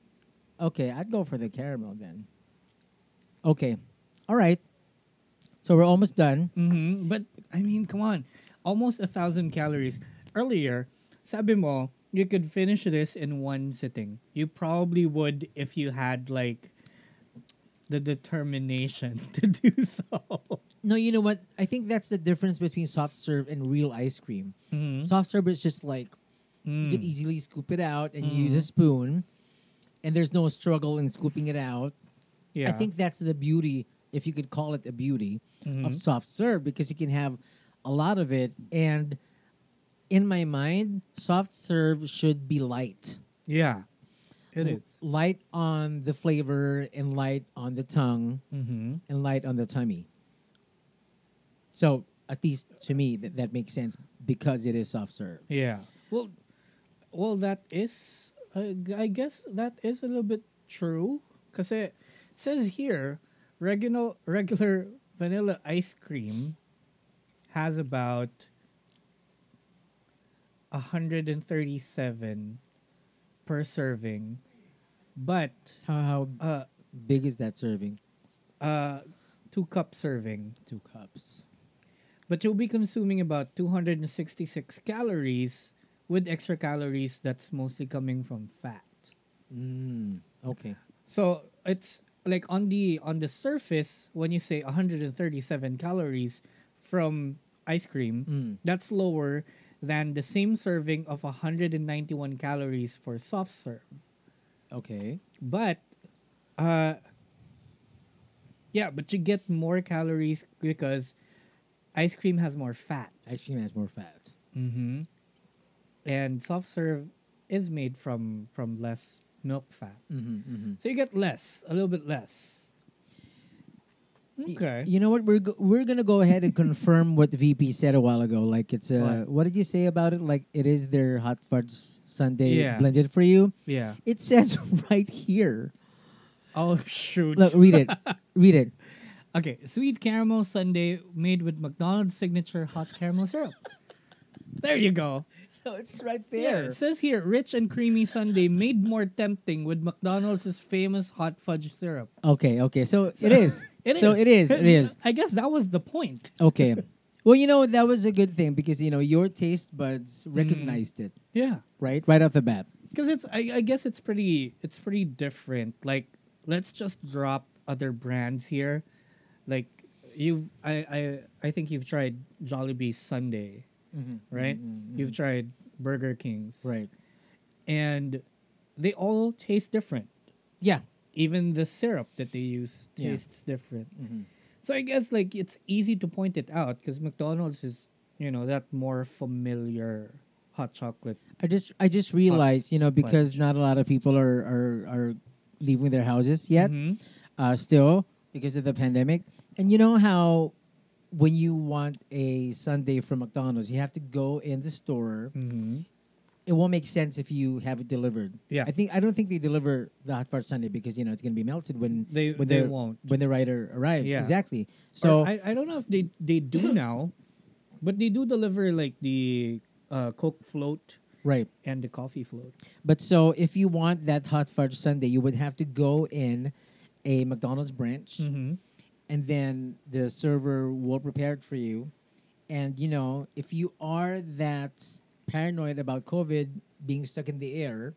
[SPEAKER 1] okay, I'd go for the caramel then. Okay. All right. So we're almost done.
[SPEAKER 2] hmm But I mean, come on, almost a thousand calories. Earlier, sabi mo, you could finish this in one sitting. You probably would if you had like the determination to do so.
[SPEAKER 1] No, you know what? I think that's the difference between soft serve and real ice cream.
[SPEAKER 2] Mhm.
[SPEAKER 1] Soft serve is just like you can
[SPEAKER 2] Mm. Mm-hmm.
[SPEAKER 1] easily scoop it out and you use a spoon and there's no struggle in scooping it out.
[SPEAKER 2] Yeah.
[SPEAKER 1] I think that's the beauty, if you could call it a beauty,
[SPEAKER 2] Mm-hmm.
[SPEAKER 1] of soft serve because you can have a lot of it. And in my mind, soft serve should be light.
[SPEAKER 2] Yeah. It
[SPEAKER 1] L- Light on the flavor and light on the tongue
[SPEAKER 2] Mm-hmm.
[SPEAKER 1] and light on the tummy. So, at least to me, that, that makes sense because it is soft serve.
[SPEAKER 2] Yeah. Well, well, that is. Uh, I guess that is a little bit true. Cause it says here, regular regular vanilla ice cream has about 137 per serving, but
[SPEAKER 1] How, how
[SPEAKER 2] uh,
[SPEAKER 1] big is that serving?
[SPEAKER 2] uh, two cup serving.
[SPEAKER 1] Two cups.
[SPEAKER 2] But you'll be consuming about 266 calories with extra calories that's mostly coming from fat.
[SPEAKER 1] Mm, okay.
[SPEAKER 2] So it's like on the on the surface when you say 137 calories from ice cream,
[SPEAKER 1] Mm.
[SPEAKER 2] that's lower than the same serving of 191 calories for soft serve.
[SPEAKER 1] Okay.
[SPEAKER 2] But uh yeah, but you get more calories because ice cream has more fat.
[SPEAKER 1] Ice cream has more fat.
[SPEAKER 2] Mm-hmm. And soft serve is made from from less milk fat,
[SPEAKER 1] Mm-hmm, mm-hmm.
[SPEAKER 2] so you get less, a little bit less. Okay.
[SPEAKER 1] You know what? We're go- we're gonna go ahead and confirm what VP said a while ago. Like it's a what,
[SPEAKER 2] What?
[SPEAKER 1] did you say about it? Like it is their hot fudge Sunday
[SPEAKER 2] Yeah.
[SPEAKER 1] blended for you.
[SPEAKER 2] yeah.
[SPEAKER 1] It says right here.
[SPEAKER 2] Oh shoot.
[SPEAKER 1] Look, read it. read it.
[SPEAKER 2] Okay, sweet caramel sundae made with McDonald's signature hot caramel syrup. There you go.
[SPEAKER 1] So it's right
[SPEAKER 2] Yeah,
[SPEAKER 1] there.
[SPEAKER 2] it says here rich and creamy sundae made more tempting with McDonald's famous hot fudge syrup.
[SPEAKER 1] okay, okay. So, it is. so it is. It is.
[SPEAKER 2] I guess that was the point.
[SPEAKER 1] Okay. well, you know that was a good thing because you know your taste buds recognized it
[SPEAKER 2] Yeah.
[SPEAKER 1] right right off the bat.
[SPEAKER 2] because it's I, I guess it's pretty it's pretty different like let's just drop other brands here like you've i i, I think you've tried jollibee sunday
[SPEAKER 1] Mm-hmm.
[SPEAKER 2] right you've tried burger kings
[SPEAKER 1] Right.
[SPEAKER 2] and they all taste different
[SPEAKER 1] Yeah.
[SPEAKER 2] even the syrup that they use
[SPEAKER 1] Yeah. Mm-hmm.
[SPEAKER 2] tastes different so i guess like it's easy to point it out because mcdonald's is you know that more familiar hot chocolate
[SPEAKER 1] I just I just realized, you know, because
[SPEAKER 2] fudge.
[SPEAKER 1] not a lot of people are are, are leaving their houses yet,
[SPEAKER 2] Mhm.
[SPEAKER 1] uh, still because of the pandemic. And you know how when
[SPEAKER 2] Mm-hmm.
[SPEAKER 1] you want a sundae from McDonald's, you have to go in the store it won't make sense if you have it delivered.
[SPEAKER 2] Yeah.
[SPEAKER 1] I think I don't think they deliver the hot fudge sundae because you know it's gonna be melted when
[SPEAKER 2] They-
[SPEAKER 1] when
[SPEAKER 2] they
[SPEAKER 1] the-
[SPEAKER 2] won't.
[SPEAKER 1] when the rider arrives.
[SPEAKER 2] Yeah.
[SPEAKER 1] Exactly. So
[SPEAKER 2] So I, I don't know if they they do now, but they do deliver like the uh, Coke float
[SPEAKER 1] right.
[SPEAKER 2] and the coffee float.
[SPEAKER 1] But so if you want that hot fudge sundae, you would have to go in a McDonald's branch,
[SPEAKER 2] Mm-hmm.
[SPEAKER 1] and then the server will prepare it for you. And you know, if you are that paranoid about COVID being stuck in the air,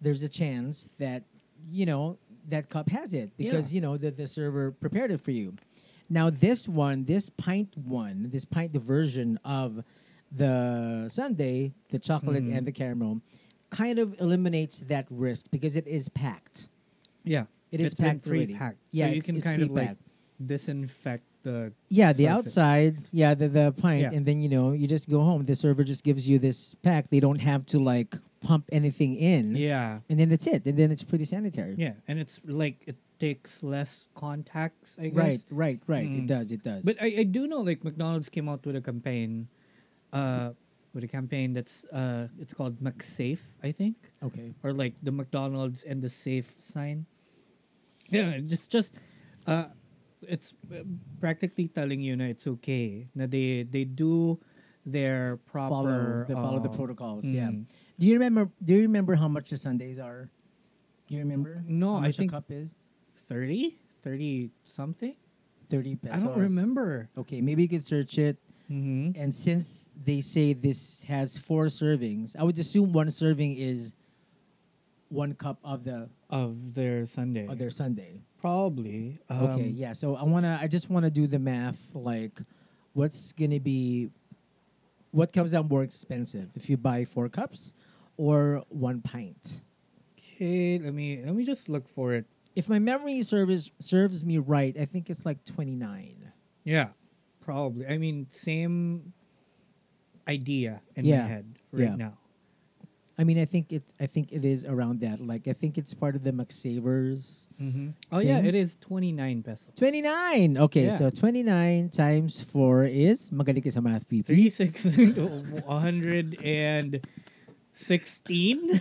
[SPEAKER 1] there's a chance that you know that cup has it because you know that the server prepared it for you. Now this one, this pint one, this pint version of the sundae, the chocolate
[SPEAKER 2] Mm-hmm.
[SPEAKER 1] and the caramel, kind of eliminates that risk because it is packed.
[SPEAKER 2] Yeah,
[SPEAKER 1] It is
[SPEAKER 2] It's been
[SPEAKER 1] packed already.
[SPEAKER 2] pre-packed.
[SPEAKER 1] Yeah,
[SPEAKER 2] so you
[SPEAKER 1] it's-
[SPEAKER 2] can
[SPEAKER 1] it's
[SPEAKER 2] kind of like
[SPEAKER 1] pre-packed.
[SPEAKER 2] disinfect the
[SPEAKER 1] Yeah, the
[SPEAKER 2] surface.
[SPEAKER 1] outside, yeah, the, the pint,
[SPEAKER 2] Yeah.
[SPEAKER 1] and then you know you just go home. The server just gives you this pack. They don't have to like pump anything in,
[SPEAKER 2] Yeah,
[SPEAKER 1] and then that's it. And then it's pretty sanitary.
[SPEAKER 2] yeah, and it's like it takes less contacts. I guess.
[SPEAKER 1] Right, right, right. It
[SPEAKER 2] Mm.
[SPEAKER 1] does. It does.
[SPEAKER 2] But I, I do know like McDonald's came out with a campaign, uh, with a campaign that's uh, it's called McSafe, I think,
[SPEAKER 1] okay.
[SPEAKER 2] or like the McDonald's and the safe sign. Yeah, just just, uh, it's uh, practically telling you na it's okay. Na they they do their proper
[SPEAKER 1] follow they follow the
[SPEAKER 2] uh,
[SPEAKER 1] protocols. Yeah.
[SPEAKER 2] mm.
[SPEAKER 1] Do you remember? Do you remember how much the Sundays are? Do you remember?
[SPEAKER 2] no,
[SPEAKER 1] how
[SPEAKER 2] I
[SPEAKER 1] much
[SPEAKER 2] think-
[SPEAKER 1] a cup is
[SPEAKER 2] 30? 30 something?
[SPEAKER 1] thirty pesos.
[SPEAKER 2] I don't remember.
[SPEAKER 1] Okay, maybe you can search it.
[SPEAKER 2] Mm-hmm.
[SPEAKER 1] And since they say this has four servings, I would assume one serving is one cup of the
[SPEAKER 2] Of their Sunday.
[SPEAKER 1] of their Sunday.
[SPEAKER 2] Probably.
[SPEAKER 1] okay,
[SPEAKER 2] um,
[SPEAKER 1] yeah. So I wanna, I just wanna do the math. Like, what's gonna be, what comes out more expensive if you buy four cups or one pint?
[SPEAKER 2] Okay, let me let me just look for it.
[SPEAKER 1] if my memory service serves me right, I think it's like 29.
[SPEAKER 2] Yeah, probably. I mean, same idea in
[SPEAKER 1] Yeah,
[SPEAKER 2] my head right
[SPEAKER 1] yeah.
[SPEAKER 2] now.
[SPEAKER 1] I mean, I think it. I think it is around that. Like, I think it's part of the McSavers.
[SPEAKER 2] Mm-hmm. Oh yeah,
[SPEAKER 1] Thing?
[SPEAKER 2] it is twenty nine pesos.
[SPEAKER 1] 29. Okay,
[SPEAKER 2] Yeah.
[SPEAKER 1] so 29 times four is magaling ka sa math,
[SPEAKER 2] Three
[SPEAKER 1] PP.
[SPEAKER 2] six one hundred and sixteen.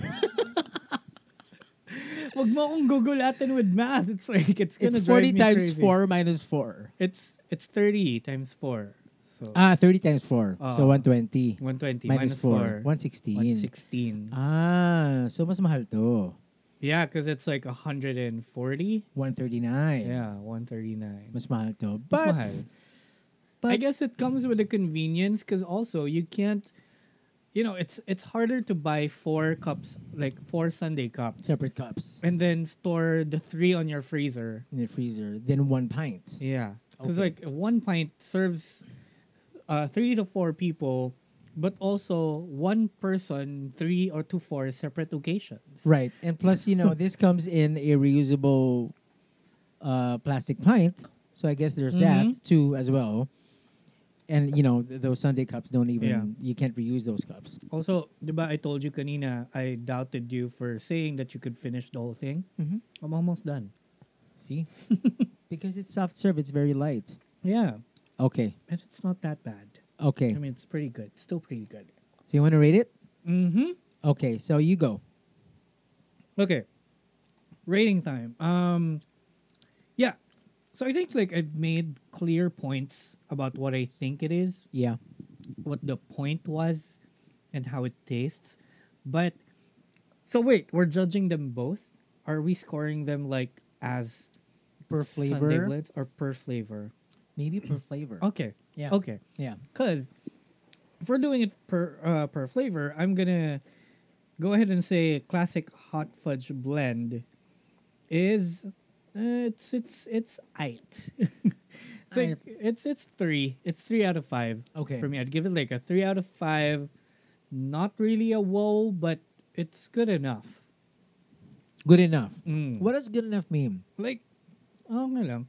[SPEAKER 2] Wag mo akong gugulatin with math. It's like it's gonna
[SPEAKER 1] It's
[SPEAKER 2] drive
[SPEAKER 1] 40
[SPEAKER 2] me
[SPEAKER 1] times
[SPEAKER 2] crazy.
[SPEAKER 1] four minus four.
[SPEAKER 2] It's it's thirty times four. So
[SPEAKER 1] Ah, 30 times four. so
[SPEAKER 2] Ah.
[SPEAKER 1] 120
[SPEAKER 2] one twenty
[SPEAKER 1] minus four, 116.
[SPEAKER 2] one sixteen.
[SPEAKER 1] Ah, so mas mahal to.
[SPEAKER 2] Yeah, because it's like hundred and forty.
[SPEAKER 1] 139.
[SPEAKER 2] Yeah, one thirty nine.
[SPEAKER 1] Mas mahal to. But
[SPEAKER 2] mahal.
[SPEAKER 1] but
[SPEAKER 2] I guess it comes with a convenience because also you can't, you know, it's it's harder to buy four cups, like four Sunday cups,
[SPEAKER 1] separate cups
[SPEAKER 2] and then store the three on your freezer.
[SPEAKER 1] in the freezer then one pint.
[SPEAKER 2] Yeah, because
[SPEAKER 1] Okay.
[SPEAKER 2] like one pint serves uh, three to four people, but also one person three or to four separate occasions.
[SPEAKER 1] Right. And plus, you know, this comes in a reusable uh, plastic pint. So I guess there's
[SPEAKER 2] Mm-hmm.
[SPEAKER 1] that too as well. And you know, th- those Sunday cups don't even
[SPEAKER 2] Yeah.
[SPEAKER 1] you can't reuse those cups.
[SPEAKER 2] Also, diba I told you kanina I doubted you for saying that you could finish the whole thing.
[SPEAKER 1] Mhm.
[SPEAKER 2] I'm almost done.
[SPEAKER 1] See? because it's soft serve, it's very light.
[SPEAKER 2] Yeah,
[SPEAKER 1] Okay.
[SPEAKER 2] and it's not that bad.
[SPEAKER 1] Okay.
[SPEAKER 2] I mean, it's pretty good. Still pretty good.
[SPEAKER 1] so you want to rate it?
[SPEAKER 2] Mm-hmm.
[SPEAKER 1] Okay, so you go.
[SPEAKER 2] Okay. Rating time. Um, yeah. So I think like I've made clear points about what I think it is,
[SPEAKER 1] Yeah.
[SPEAKER 2] what the point was, and how it tastes. But so wait, we're judging them both. Are we scoring them like as
[SPEAKER 1] Per
[SPEAKER 2] Sunday Oh.
[SPEAKER 1] flavor.
[SPEAKER 2] Blitz or per flavor?
[SPEAKER 1] Maybe per flavor.
[SPEAKER 2] Okay.
[SPEAKER 1] Yeah.
[SPEAKER 2] Okay.
[SPEAKER 1] Yeah.
[SPEAKER 2] Because if we're doing it per uh, per flavor, I'm gonna go ahead and say classic hot fudge blend is uh, it's it's it's eight. it's like,
[SPEAKER 1] Aight.
[SPEAKER 2] it's it's three. It's three out of five.
[SPEAKER 1] Okay.
[SPEAKER 2] For me, I'd give it like a three out of five. Not really a whoa, but it's good enough.
[SPEAKER 1] Good enough.
[SPEAKER 2] Mm.
[SPEAKER 1] What does good enough mean?
[SPEAKER 2] Like, oh, nga lang.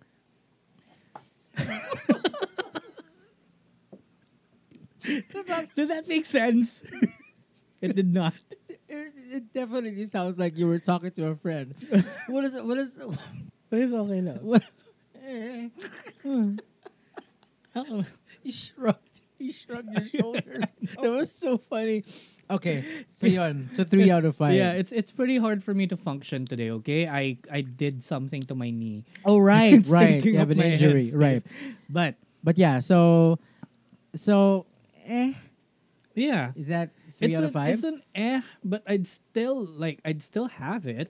[SPEAKER 2] Did that make sense? it did not.
[SPEAKER 1] It, it definitely sounds like you were talking to a friend. what is what is
[SPEAKER 2] But it's okay lang.
[SPEAKER 1] What? Eh,
[SPEAKER 2] I don't know.
[SPEAKER 1] you shrugged. you shrugged your shoulders. that was so funny. Okay, so yun. So three out of five.
[SPEAKER 2] Yeah, it's it's pretty hard for me to function today. Okay, I I did something to my knee.
[SPEAKER 1] oh right,
[SPEAKER 2] It's
[SPEAKER 1] right.
[SPEAKER 2] taking
[SPEAKER 1] You have
[SPEAKER 2] up
[SPEAKER 1] an
[SPEAKER 2] my
[SPEAKER 1] injury,
[SPEAKER 2] headspace.
[SPEAKER 1] right?
[SPEAKER 2] But
[SPEAKER 1] But yeah, so so eh,
[SPEAKER 2] yeah,
[SPEAKER 1] is that three
[SPEAKER 2] it's
[SPEAKER 1] out
[SPEAKER 2] an,
[SPEAKER 1] of five?
[SPEAKER 2] It's an eh, but I'd still like I'd still have it.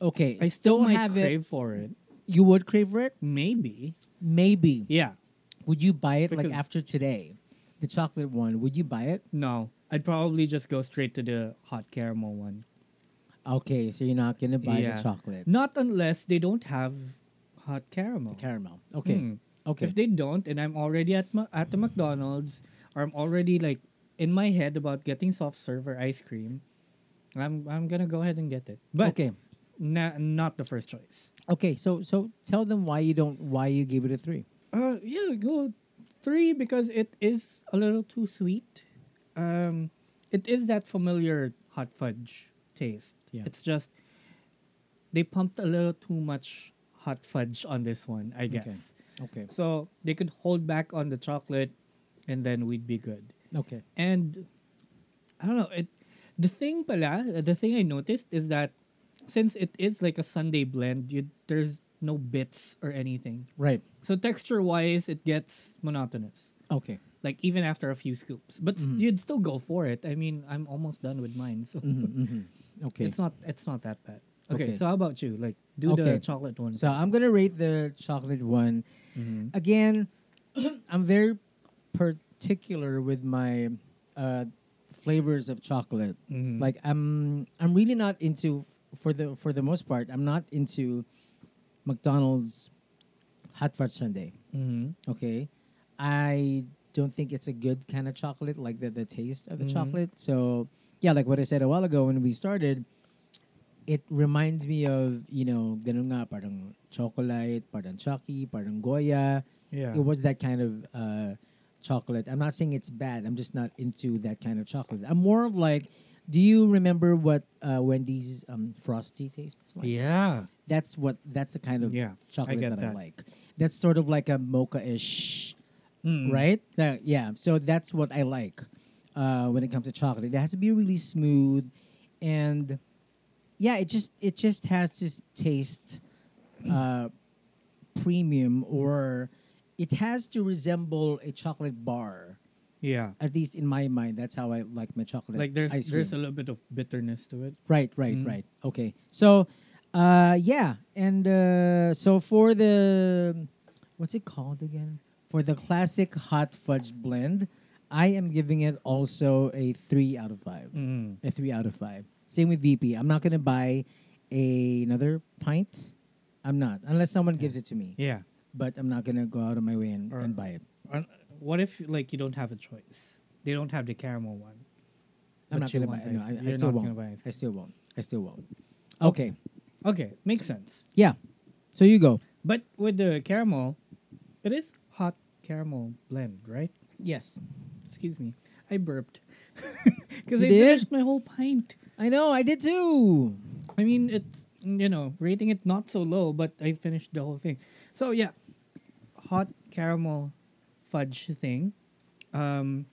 [SPEAKER 1] okay,
[SPEAKER 2] I still
[SPEAKER 1] don't
[SPEAKER 2] might
[SPEAKER 1] have it.
[SPEAKER 2] crave for it.
[SPEAKER 1] You would crave for it,
[SPEAKER 2] Maybe.
[SPEAKER 1] maybe.
[SPEAKER 2] Yeah.
[SPEAKER 1] Would you buy it like
[SPEAKER 2] Because-
[SPEAKER 1] after today, the chocolate one? Would you buy it?
[SPEAKER 2] No, I'd probably just go straight to the hot caramel one.
[SPEAKER 1] Okay, so you're not gonna buy
[SPEAKER 2] Yeah.
[SPEAKER 1] the chocolate
[SPEAKER 2] Not unless they don't have hot caramel.
[SPEAKER 1] caramel. Okay,
[SPEAKER 2] Hmm.
[SPEAKER 1] okay.
[SPEAKER 2] If they don't, and I'm already at ma- at the McDonald's, or I'm already like in my head about getting soft server ice cream, I'm I'm gonna go ahead and get it. But
[SPEAKER 1] okay,
[SPEAKER 2] na- not the first choice.
[SPEAKER 1] okay. So so tell them why you don't why you gave it a three.
[SPEAKER 2] Uh, yeah, go three because it is a little too sweet. Um, it is that familiar hot fudge taste.
[SPEAKER 1] Yeah.
[SPEAKER 2] It's just they pumped a little too much hot fudge on this one, I guess.
[SPEAKER 1] Okay,
[SPEAKER 2] So they could hold back on the chocolate, and then we'd be good.
[SPEAKER 1] okay.
[SPEAKER 2] And I don't know. It the thing, pala, the thing I noticed is that since it is like a Sunday blend, you, there's no bits or anything.
[SPEAKER 1] Right.
[SPEAKER 2] So texture wise, it gets monotonous.
[SPEAKER 1] Okay.
[SPEAKER 2] Like even after a few scoops, but
[SPEAKER 1] Mm-hmm.
[SPEAKER 2] s- you'd still go for it. I mean, I'm almost done with mine, so
[SPEAKER 1] Mm-hmm. Okay.
[SPEAKER 2] it's not it's not that bad.
[SPEAKER 1] Okay.
[SPEAKER 2] Okay, so how about you? Like, do
[SPEAKER 1] Okay.
[SPEAKER 2] the chocolate one.
[SPEAKER 1] so I'm Mm-hmm. gonna rate the chocolate one. Again, I'm very particular with my uh, flavors of chocolate.
[SPEAKER 2] Mm-hmm.
[SPEAKER 1] Like I'm I'm really not into for the for the most part. I'm not into McDonald's hot fudge sundae.
[SPEAKER 2] hmm
[SPEAKER 1] Okay. I don't think it's a good kind of chocolate, like the, the taste of the
[SPEAKER 2] Mm-hmm.
[SPEAKER 1] chocolate. So, yeah, like what I said a while ago when we started, it reminds me of, you know, ganun nga, parang chocolate, parang chucky, parang goya.
[SPEAKER 2] Yeah.
[SPEAKER 1] It was that kind of uh, chocolate. I'm not saying it's bad. I'm just not into that kind of chocolate. I'm more of like, do you remember what uh, Wendy's um, frosty tastes like?
[SPEAKER 2] yeah.
[SPEAKER 1] That's what. That's the kind of
[SPEAKER 2] Yeah, I
[SPEAKER 1] chocolate
[SPEAKER 2] get
[SPEAKER 1] that, I
[SPEAKER 2] that.
[SPEAKER 1] like. That's sort of like a mocha-ish,
[SPEAKER 2] Mm-hmm. Mm.
[SPEAKER 1] right? That- yeah. So that's what I like uh, when it comes to chocolate. It has to be really smooth, and yeah, it just it just has to s- taste uh, premium, or it has to resemble a chocolate bar.
[SPEAKER 2] Yeah.
[SPEAKER 1] At least in my mind, that's how I like my chocolate.
[SPEAKER 2] Like there's
[SPEAKER 1] ice cream.
[SPEAKER 2] there's a little bit of bitterness to it.
[SPEAKER 1] Right, right,
[SPEAKER 2] Mhm.
[SPEAKER 1] right. Okay. So, uh, yeah, and uh, so for the what's it called again? For the classic hot fudge blend, I am giving it also a three out of 5
[SPEAKER 2] Mm.
[SPEAKER 1] A three out of five. Same with VP. I'm not gonna buy a, another pint. I'm not unless someone gives it to me.
[SPEAKER 2] Yeah.
[SPEAKER 1] But I'm not gonna go out of my way and,
[SPEAKER 2] Or-
[SPEAKER 1] and buy it.
[SPEAKER 2] Uh, What if like you don't have a choice? They don't have the caramel one.
[SPEAKER 1] I'm not
[SPEAKER 2] But you
[SPEAKER 1] gonna buy.
[SPEAKER 2] want
[SPEAKER 1] it. No,
[SPEAKER 2] ice-
[SPEAKER 1] I, I
[SPEAKER 2] you're
[SPEAKER 1] still
[SPEAKER 2] not
[SPEAKER 1] won't.
[SPEAKER 2] gonna buy ice
[SPEAKER 1] I still won't. I still won't. Okay.
[SPEAKER 2] Okay, makes sense.
[SPEAKER 1] Yeah. So you go.
[SPEAKER 2] But with the caramel, it is hot caramel blend, right?
[SPEAKER 1] Yes.
[SPEAKER 2] Excuse me. I burped. Because
[SPEAKER 1] You
[SPEAKER 2] I
[SPEAKER 1] did?
[SPEAKER 2] finished my whole pint.
[SPEAKER 1] I know, I did too.
[SPEAKER 2] I mean, it's, you know, rating it not so low, but I finished the whole thing. So, yeah. Hot caramel fudge thing. Um,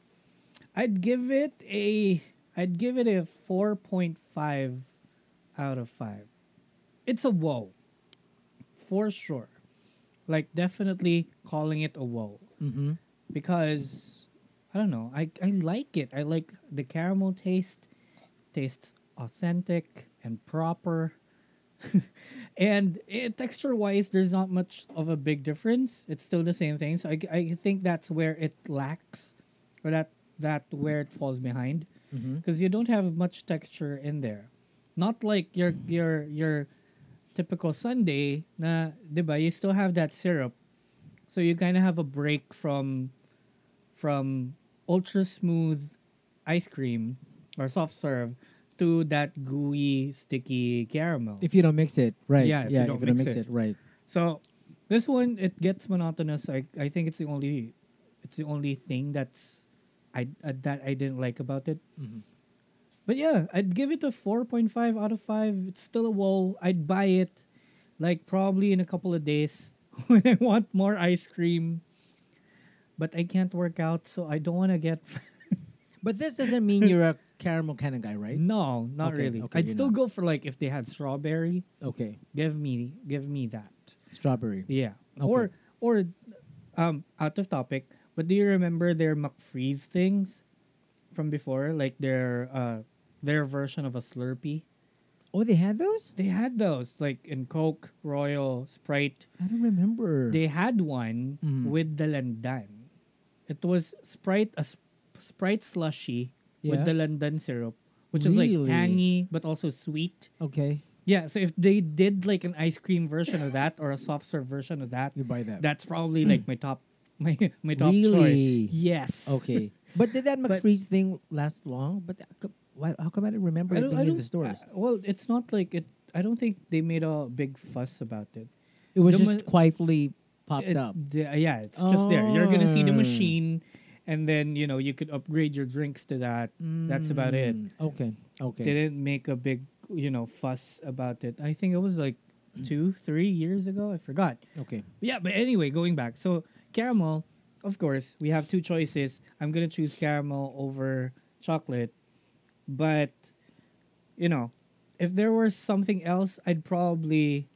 [SPEAKER 2] I'd give it a. I'd give it a 4.5 out of 5. It's a wow. For sure. Like, definitely calling it a wow.
[SPEAKER 1] Mm-hmm.
[SPEAKER 2] because I don't know. I, I like it. I like the caramel taste. Tastes authentic and proper. and texture wise, there's not much of a big difference. It's still the same thing. So I, I think that's where it lacks, or that that where it falls behind, because you don't have much texture in there. Not like your your your typical Sunday, na, diba, you still have that syrup. So you kind of have a break from from ultra smooth ice cream or soft serve to that gooey, sticky caramel.
[SPEAKER 1] If you don't mix it, right?
[SPEAKER 2] Yeah, if you don't mix it.
[SPEAKER 1] right?
[SPEAKER 2] so this one it gets monotonous. I I think it's the only it's the only thing that's I uh, that I didn't like about it.
[SPEAKER 1] Mm-hmm.
[SPEAKER 2] But yeah, I'd give it a 4.5 out of 5. It's still a wow. I'd buy it like probably in a couple of days when I want more ice cream. but I can't work out, so I don't want to get.
[SPEAKER 1] But this doesn't mean you're a caramel kind of guy, right?
[SPEAKER 2] no, not
[SPEAKER 1] Okay,
[SPEAKER 2] really.
[SPEAKER 1] okay,
[SPEAKER 2] I'd
[SPEAKER 1] you're
[SPEAKER 2] still
[SPEAKER 1] not.
[SPEAKER 2] go for like if they had strawberry.
[SPEAKER 1] Okay,
[SPEAKER 2] Give me, give me that.
[SPEAKER 1] strawberry.
[SPEAKER 2] Yeah.
[SPEAKER 1] Okay.
[SPEAKER 2] Or or um out of topic, but do you remember their McFreeze things from before? Like their uh their version of a Slurpee?
[SPEAKER 1] Oh, they had those?
[SPEAKER 2] They had those like in Coke, Royal, Sprite.
[SPEAKER 1] I don't remember.
[SPEAKER 2] They had one
[SPEAKER 1] Mm.
[SPEAKER 2] with the Landan. It was Sprite a sp- Sprite slushy
[SPEAKER 1] Yeah.
[SPEAKER 2] with the Landan syrup, which is
[SPEAKER 1] Really?
[SPEAKER 2] like tangy but also sweet.
[SPEAKER 1] okay,
[SPEAKER 2] Yeah, so if they did like an ice cream version of that or a soft serve version of that,
[SPEAKER 1] you buy that.
[SPEAKER 2] that's probably like my top my my top
[SPEAKER 1] Really?
[SPEAKER 2] choice. Yes.
[SPEAKER 1] okay, but did that
[SPEAKER 2] But-
[SPEAKER 1] McFreeze thing last long? But that co- why, how come I didn't remember
[SPEAKER 2] I
[SPEAKER 1] it
[SPEAKER 2] don't,
[SPEAKER 1] being
[SPEAKER 2] I
[SPEAKER 1] in
[SPEAKER 2] don't,
[SPEAKER 1] the
[SPEAKER 2] uh,
[SPEAKER 1] stores?
[SPEAKER 2] I- well, it's not like it. I don't think they made a big fuss about it.
[SPEAKER 1] it was
[SPEAKER 2] the
[SPEAKER 1] just
[SPEAKER 2] ma-
[SPEAKER 1] quietly popped
[SPEAKER 2] It-
[SPEAKER 1] up.
[SPEAKER 2] the- uh, yeah, it's just there. You're gonna see the
[SPEAKER 1] Oh.
[SPEAKER 2] machine, and then you know you could upgrade your drinks to that. That's about it.
[SPEAKER 1] Mm, Okay, okay.
[SPEAKER 2] They didn't make a big you know fuss about it. I think it was like
[SPEAKER 1] Mm.
[SPEAKER 2] two, three years ago. I forgot.
[SPEAKER 1] Okay.
[SPEAKER 2] Yeah, but anyway, going back. So caramel, of course, we have two choices. I'm gonna choose caramel over chocolate, but you know, if there were something else, I'd probably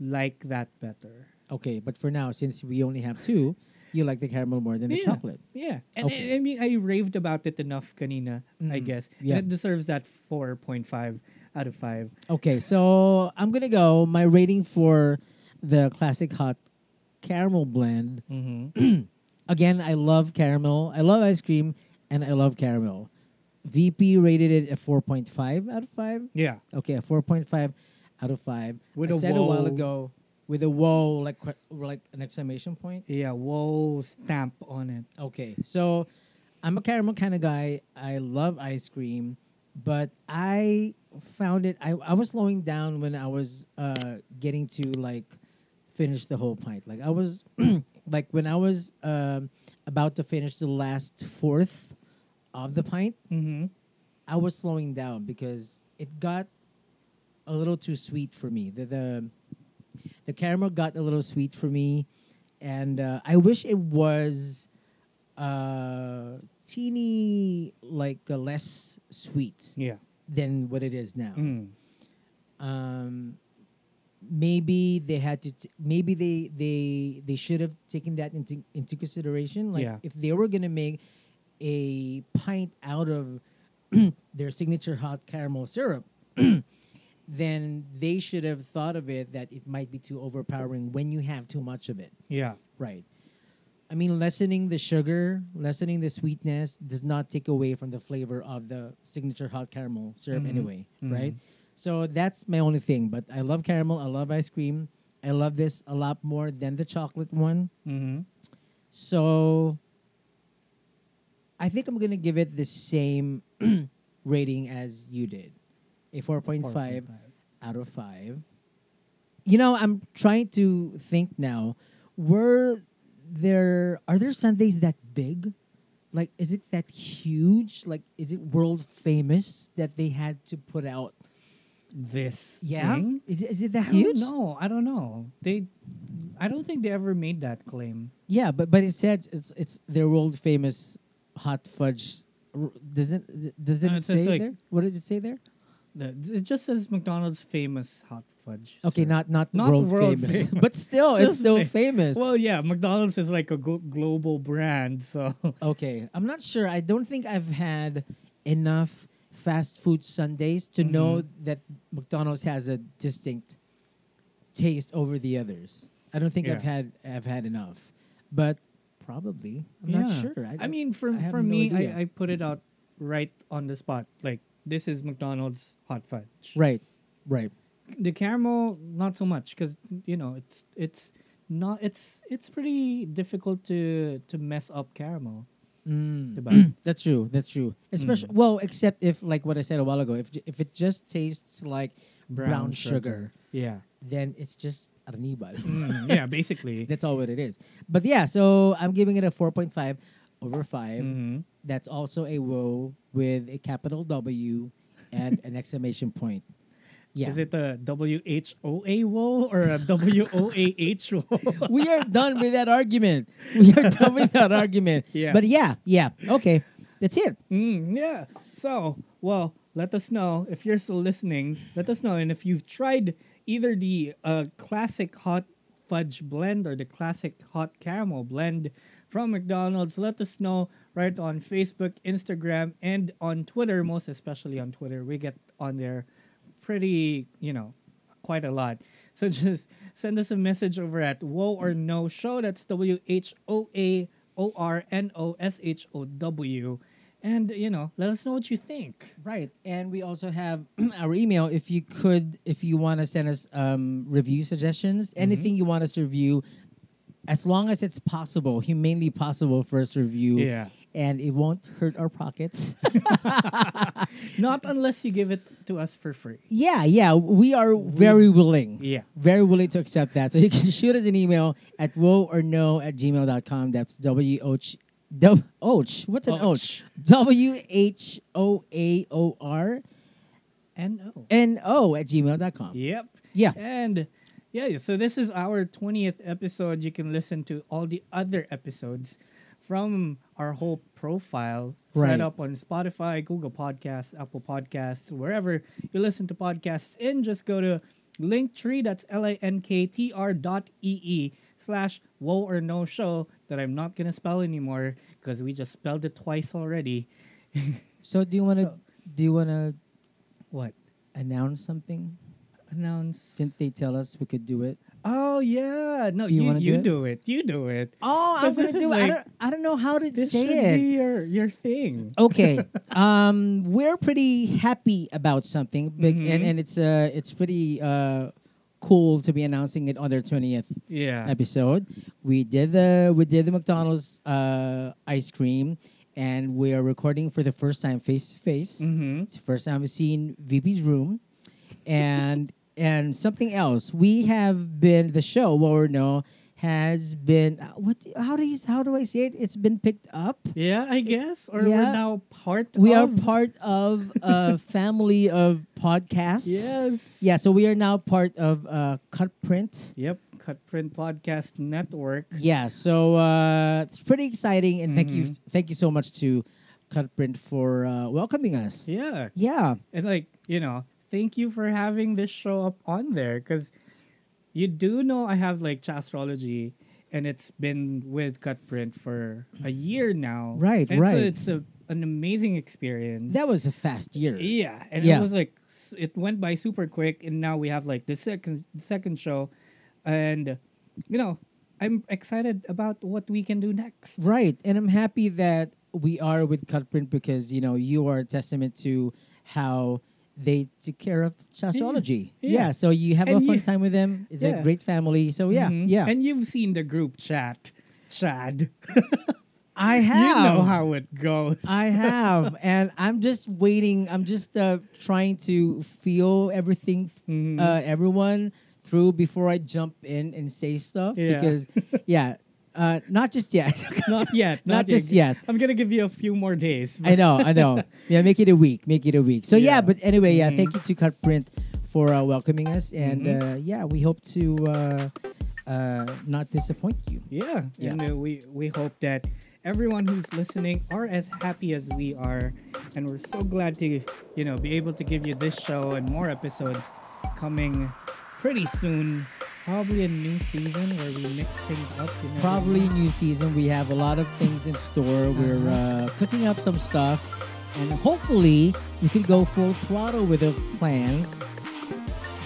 [SPEAKER 2] like that better.
[SPEAKER 1] Okay, but for now, since we only have two, you like the caramel more than the
[SPEAKER 2] Yeah.
[SPEAKER 1] chocolate.
[SPEAKER 2] Yeah, and
[SPEAKER 1] Okay.
[SPEAKER 2] I, I mean, I raved about it enough, kanina. I guess
[SPEAKER 1] yeah.
[SPEAKER 2] and it deserves that four point five out of five.
[SPEAKER 1] Okay, so I'm gonna go. My rating for the classic hot caramel blend.
[SPEAKER 2] Mm-hmm.
[SPEAKER 1] Again, I love caramel. I love ice cream, and I love caramel. VP rated it a 4.5 out of five.
[SPEAKER 2] Yeah,
[SPEAKER 1] Okay, a 4.5 out of five.
[SPEAKER 2] With
[SPEAKER 1] I
[SPEAKER 2] a
[SPEAKER 1] said a while
[SPEAKER 2] whoa.
[SPEAKER 1] ago with a whoa, like que- like an exclamation point.
[SPEAKER 2] yeah. Whoa, stamp on it.
[SPEAKER 1] Okay, so I'm a caramel kind of guy. I love ice cream, but I found it. I, I was slowing down when I was uh, getting to like finish the whole pint. Like I was like when I was um, about to finish the last fourth of the pint,
[SPEAKER 2] Mm-hmm.
[SPEAKER 1] I was slowing down because it got a little too sweet for me. The the, the caramel got a little sweet for me, and uh, I wish it was uh, teeny like uh, less sweet
[SPEAKER 2] Yeah.
[SPEAKER 1] than what it is now.
[SPEAKER 2] Mm.
[SPEAKER 1] Um, maybe they had to. T- maybe they they they should have taken that into into consideration. Like
[SPEAKER 2] Yeah.
[SPEAKER 1] if they were gonna make a pint out of their signature hot caramel syrup, then they should have thought of it that it might be too overpowering when you have too much of it.
[SPEAKER 2] Yeah.
[SPEAKER 1] Right. I mean, lessening the sugar, lessening the sweetness does not take away from the flavor of the signature hot caramel syrup,
[SPEAKER 2] Mhm.
[SPEAKER 1] anyway, right? So that's my only thing. But I love caramel. I love ice cream. I love this a lot more than the chocolate one.
[SPEAKER 2] Mm-hmm.
[SPEAKER 1] So I think I'm going to give it the same rating as you did a 4.5 out of five. You know, I'm trying to think now. Were there are there Sundays that big? Like, is it that huge? Like, is it world famous that they had to put out?
[SPEAKER 2] This.
[SPEAKER 1] Yeah,
[SPEAKER 2] thing?
[SPEAKER 1] is it, is it that
[SPEAKER 2] I
[SPEAKER 1] huge?
[SPEAKER 2] don't know. I don't know. They, I don't think they ever made that claim.
[SPEAKER 1] Yeah, but but it says it's it's their world famous hot fudge. r- Doesn't does it
[SPEAKER 2] Uh, it says,
[SPEAKER 1] say
[SPEAKER 2] like-
[SPEAKER 1] there? What does it say there?
[SPEAKER 2] The- It just says McDonald's famous hot fudge.
[SPEAKER 1] Okay,
[SPEAKER 2] sir.
[SPEAKER 1] not not,
[SPEAKER 2] Not
[SPEAKER 1] world,
[SPEAKER 2] world
[SPEAKER 1] famous,
[SPEAKER 2] famous.
[SPEAKER 1] but still, it's
[SPEAKER 2] Just
[SPEAKER 1] still
[SPEAKER 2] fa-
[SPEAKER 1] famous.
[SPEAKER 2] Well, yeah, McDonald's is like a glo- global brand, so
[SPEAKER 1] Okay, I'm not sure. I don't think I've had enough fast food Sundays
[SPEAKER 2] Mm-hmm.
[SPEAKER 1] to know that McDonald's has a distinct taste over the others. I don't think I've
[SPEAKER 2] Yeah.
[SPEAKER 1] had I've had enough, but probably I'm not
[SPEAKER 2] Yeah.
[SPEAKER 1] sure.
[SPEAKER 2] I,
[SPEAKER 1] don't-
[SPEAKER 2] mean, for
[SPEAKER 1] I have
[SPEAKER 2] for
[SPEAKER 1] no
[SPEAKER 2] me,
[SPEAKER 1] idea.
[SPEAKER 2] I, I put it out right on the spot. Like this is McDonald's hot fudge.
[SPEAKER 1] right, right.
[SPEAKER 2] The caramel, not so much, because you know it's it's not it's it's pretty difficult to to mess up caramel.
[SPEAKER 1] Mm.
[SPEAKER 2] diba?
[SPEAKER 1] That's true. That's true.
[SPEAKER 2] Mm.
[SPEAKER 1] Especially well, except if like what I said a while ago, if j- if it just tastes like brown,
[SPEAKER 2] Brown
[SPEAKER 1] sugar,
[SPEAKER 2] sugar. yeah.
[SPEAKER 1] then it's just arnibal.
[SPEAKER 2] Mm, yeah, basically.
[SPEAKER 1] That's all what it is. But yeah, so I'm giving it a 4.5 over 5.
[SPEAKER 2] hmm
[SPEAKER 1] That's also a whoa with a capital W and an exclamation point. Yeah.
[SPEAKER 2] Is it a W H O A woe or a W O A H woe?
[SPEAKER 1] we are done with that argument. We are done with that argument.
[SPEAKER 2] Yeah.
[SPEAKER 1] But yeah, yeah. Okay. That's it.
[SPEAKER 2] Mm, yeah. So, well, let us know if you're still listening. Let us know, and if you've tried either the uh, classic hot fudge blend or the classic hot caramel blend from McDonald's. Let us know right on Facebook, Instagram, and on Twitter. Most especially on Twitter, we get on there pretty, you know, quite a lot. So just send us a message over at Woe or No Show. That's W H O A O R N O S H O W. And, you know, let us know what you think.
[SPEAKER 1] Right. And we also have our email if you could if you want to send us um, review suggestions,
[SPEAKER 2] Mm-hmm.
[SPEAKER 1] anything you want us to review as long as it's possible, humanely possible for us to review.
[SPEAKER 2] Yeah.
[SPEAKER 1] And it won't hurt our pockets.
[SPEAKER 2] Not unless you give it to us for free.
[SPEAKER 1] yeah, yeah. We are very willing.
[SPEAKER 2] Yeah.
[SPEAKER 1] Very willing to accept that. So you can shoot us an email at woe or no at gmail.com. That's W H W Och. What's an Och?
[SPEAKER 2] Och.
[SPEAKER 1] W H O A O R
[SPEAKER 2] And oh.
[SPEAKER 1] N O at gmail.com.
[SPEAKER 2] Yep.
[SPEAKER 1] Yeah.
[SPEAKER 2] And yeah, so this is our 20th episode. You can listen to all the other episodes from our whole profile
[SPEAKER 1] Right.
[SPEAKER 2] set up on Spotify, Google Podcasts, Apple Podcasts, wherever you listen to podcasts in, just go to linktree, that's L-I-N-K-T-R dot E-E slash woe or no show that I'm not going to spell anymore because we just spelled it twice already.
[SPEAKER 1] So do you want to
[SPEAKER 2] So-
[SPEAKER 1] do you want to
[SPEAKER 2] What?
[SPEAKER 1] announce something?
[SPEAKER 2] Announce.
[SPEAKER 1] Didn't they tell us we could do it?
[SPEAKER 2] Oh, yeah. No,
[SPEAKER 1] Do you
[SPEAKER 2] you,
[SPEAKER 1] wanna
[SPEAKER 2] you
[SPEAKER 1] do it?
[SPEAKER 2] do it. You do it.
[SPEAKER 1] Oh, I'm
[SPEAKER 2] 'Cause
[SPEAKER 1] gonna
[SPEAKER 2] this is
[SPEAKER 1] do it. I
[SPEAKER 2] like-
[SPEAKER 1] don't. I don't know how to
[SPEAKER 2] This
[SPEAKER 1] say
[SPEAKER 2] should
[SPEAKER 1] it.
[SPEAKER 2] be your your thing.
[SPEAKER 1] okay um we're pretty happy about something big and,
[SPEAKER 2] Mhm.
[SPEAKER 1] and it's uh it's pretty uh cool to be announcing it on their 20th
[SPEAKER 2] Yeah.
[SPEAKER 1] episode we did the we did the mcdonald's uh ice cream and we are recording for the first time face to face
[SPEAKER 2] Mm-hmm.
[SPEAKER 1] it's the first time i've seen vp's room and and something else we have been the show what we know has been uh, what how do you how do i say it it's been picked up
[SPEAKER 2] Yeah, I guess. Or
[SPEAKER 1] Yeah.
[SPEAKER 2] we're now part.
[SPEAKER 1] we are
[SPEAKER 2] of-
[SPEAKER 1] part of a family of podcasts.
[SPEAKER 2] Yes.
[SPEAKER 1] Yeah, so we are now part of uh, Cut Print.
[SPEAKER 2] Yep. Cut Print Podcast Network.
[SPEAKER 1] Yeah, so uh, it's pretty exciting, and thank
[SPEAKER 2] Mm-hmm.
[SPEAKER 1] you, thank you so much to Cut Print for uh, welcoming us.
[SPEAKER 2] Yeah.
[SPEAKER 1] Yeah,
[SPEAKER 2] And like you know, thank you for having this show up on there because you do know I have like Chastrology. And it's been with Cut Print for a year now.
[SPEAKER 1] Right,
[SPEAKER 2] and So
[SPEAKER 1] right.
[SPEAKER 2] it's a, an amazing experience.
[SPEAKER 1] that was a fast year.
[SPEAKER 2] Yeah, and
[SPEAKER 1] Yeah.
[SPEAKER 2] it was like s- it went by super quick, and now we have like the second second show, and you know I'm excited about what we can do next.
[SPEAKER 1] Right, and I'm happy that we are with Cut Print because you know you are a testament to how they took care of Shastrology. Yeah.
[SPEAKER 2] Yeah.
[SPEAKER 1] so you have a
[SPEAKER 2] And
[SPEAKER 1] fun
[SPEAKER 2] you-
[SPEAKER 1] time with them. It's a
[SPEAKER 2] Yeah.
[SPEAKER 1] great family. So Oh, yeah,
[SPEAKER 2] Mhm.
[SPEAKER 1] yeah.
[SPEAKER 2] And you've seen the group chat, Chad.
[SPEAKER 1] I
[SPEAKER 2] You
[SPEAKER 1] have.
[SPEAKER 2] know how it goes.
[SPEAKER 1] I have, and I'm just waiting. I'm just uh, trying to feel everything,
[SPEAKER 2] Mhm.
[SPEAKER 1] uh, everyone through before I jump in and say stuff.
[SPEAKER 2] Yeah.
[SPEAKER 1] Because, yeah, uh, not just yet.
[SPEAKER 2] not yet.
[SPEAKER 1] Not
[SPEAKER 2] yet.
[SPEAKER 1] just yet.
[SPEAKER 2] I'm gonna give you a few more days.
[SPEAKER 1] I know, I know. Yeah, make it a week. Make it a week. So yeah,
[SPEAKER 2] Yeah.
[SPEAKER 1] but anyway, yeah.
[SPEAKER 2] Mhm.
[SPEAKER 1] Thank you to Cut Print for uh, welcoming us, and
[SPEAKER 2] Mm-hmm.
[SPEAKER 1] uh, yeah, we hope to uh, uh, not disappoint you.
[SPEAKER 2] Yeah,
[SPEAKER 1] Yeah.
[SPEAKER 2] and uh, we we hope that everyone who's listening are as happy as we are, and we're so glad to you know be able to give you this show and more episodes coming pretty soon. Probably a new season where we mix things up. you never
[SPEAKER 1] probably
[SPEAKER 2] know.
[SPEAKER 1] new season. We have a lot of things in store. We're
[SPEAKER 2] Uh-huh.
[SPEAKER 1] uh, cooking up some stuff, and hopefully we could go full throttle with the plans.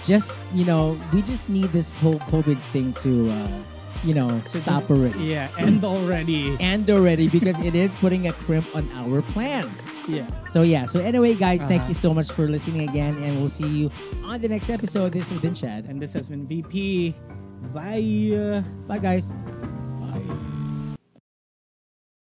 [SPEAKER 1] Just you know, we just need this whole COVID thing to uh, you know
[SPEAKER 2] So
[SPEAKER 1] stop
[SPEAKER 2] just-
[SPEAKER 1] already
[SPEAKER 2] Yeah, end already.
[SPEAKER 1] and already because it is putting a crimp on our plans.
[SPEAKER 2] yeah.
[SPEAKER 1] So yeah. So anyway, guys, thank
[SPEAKER 2] Uh-huh.
[SPEAKER 1] you so much for listening again, and we'll see you on the next episode. This has been Chad.
[SPEAKER 2] And this has been VP. Bye.
[SPEAKER 1] Bye, guys.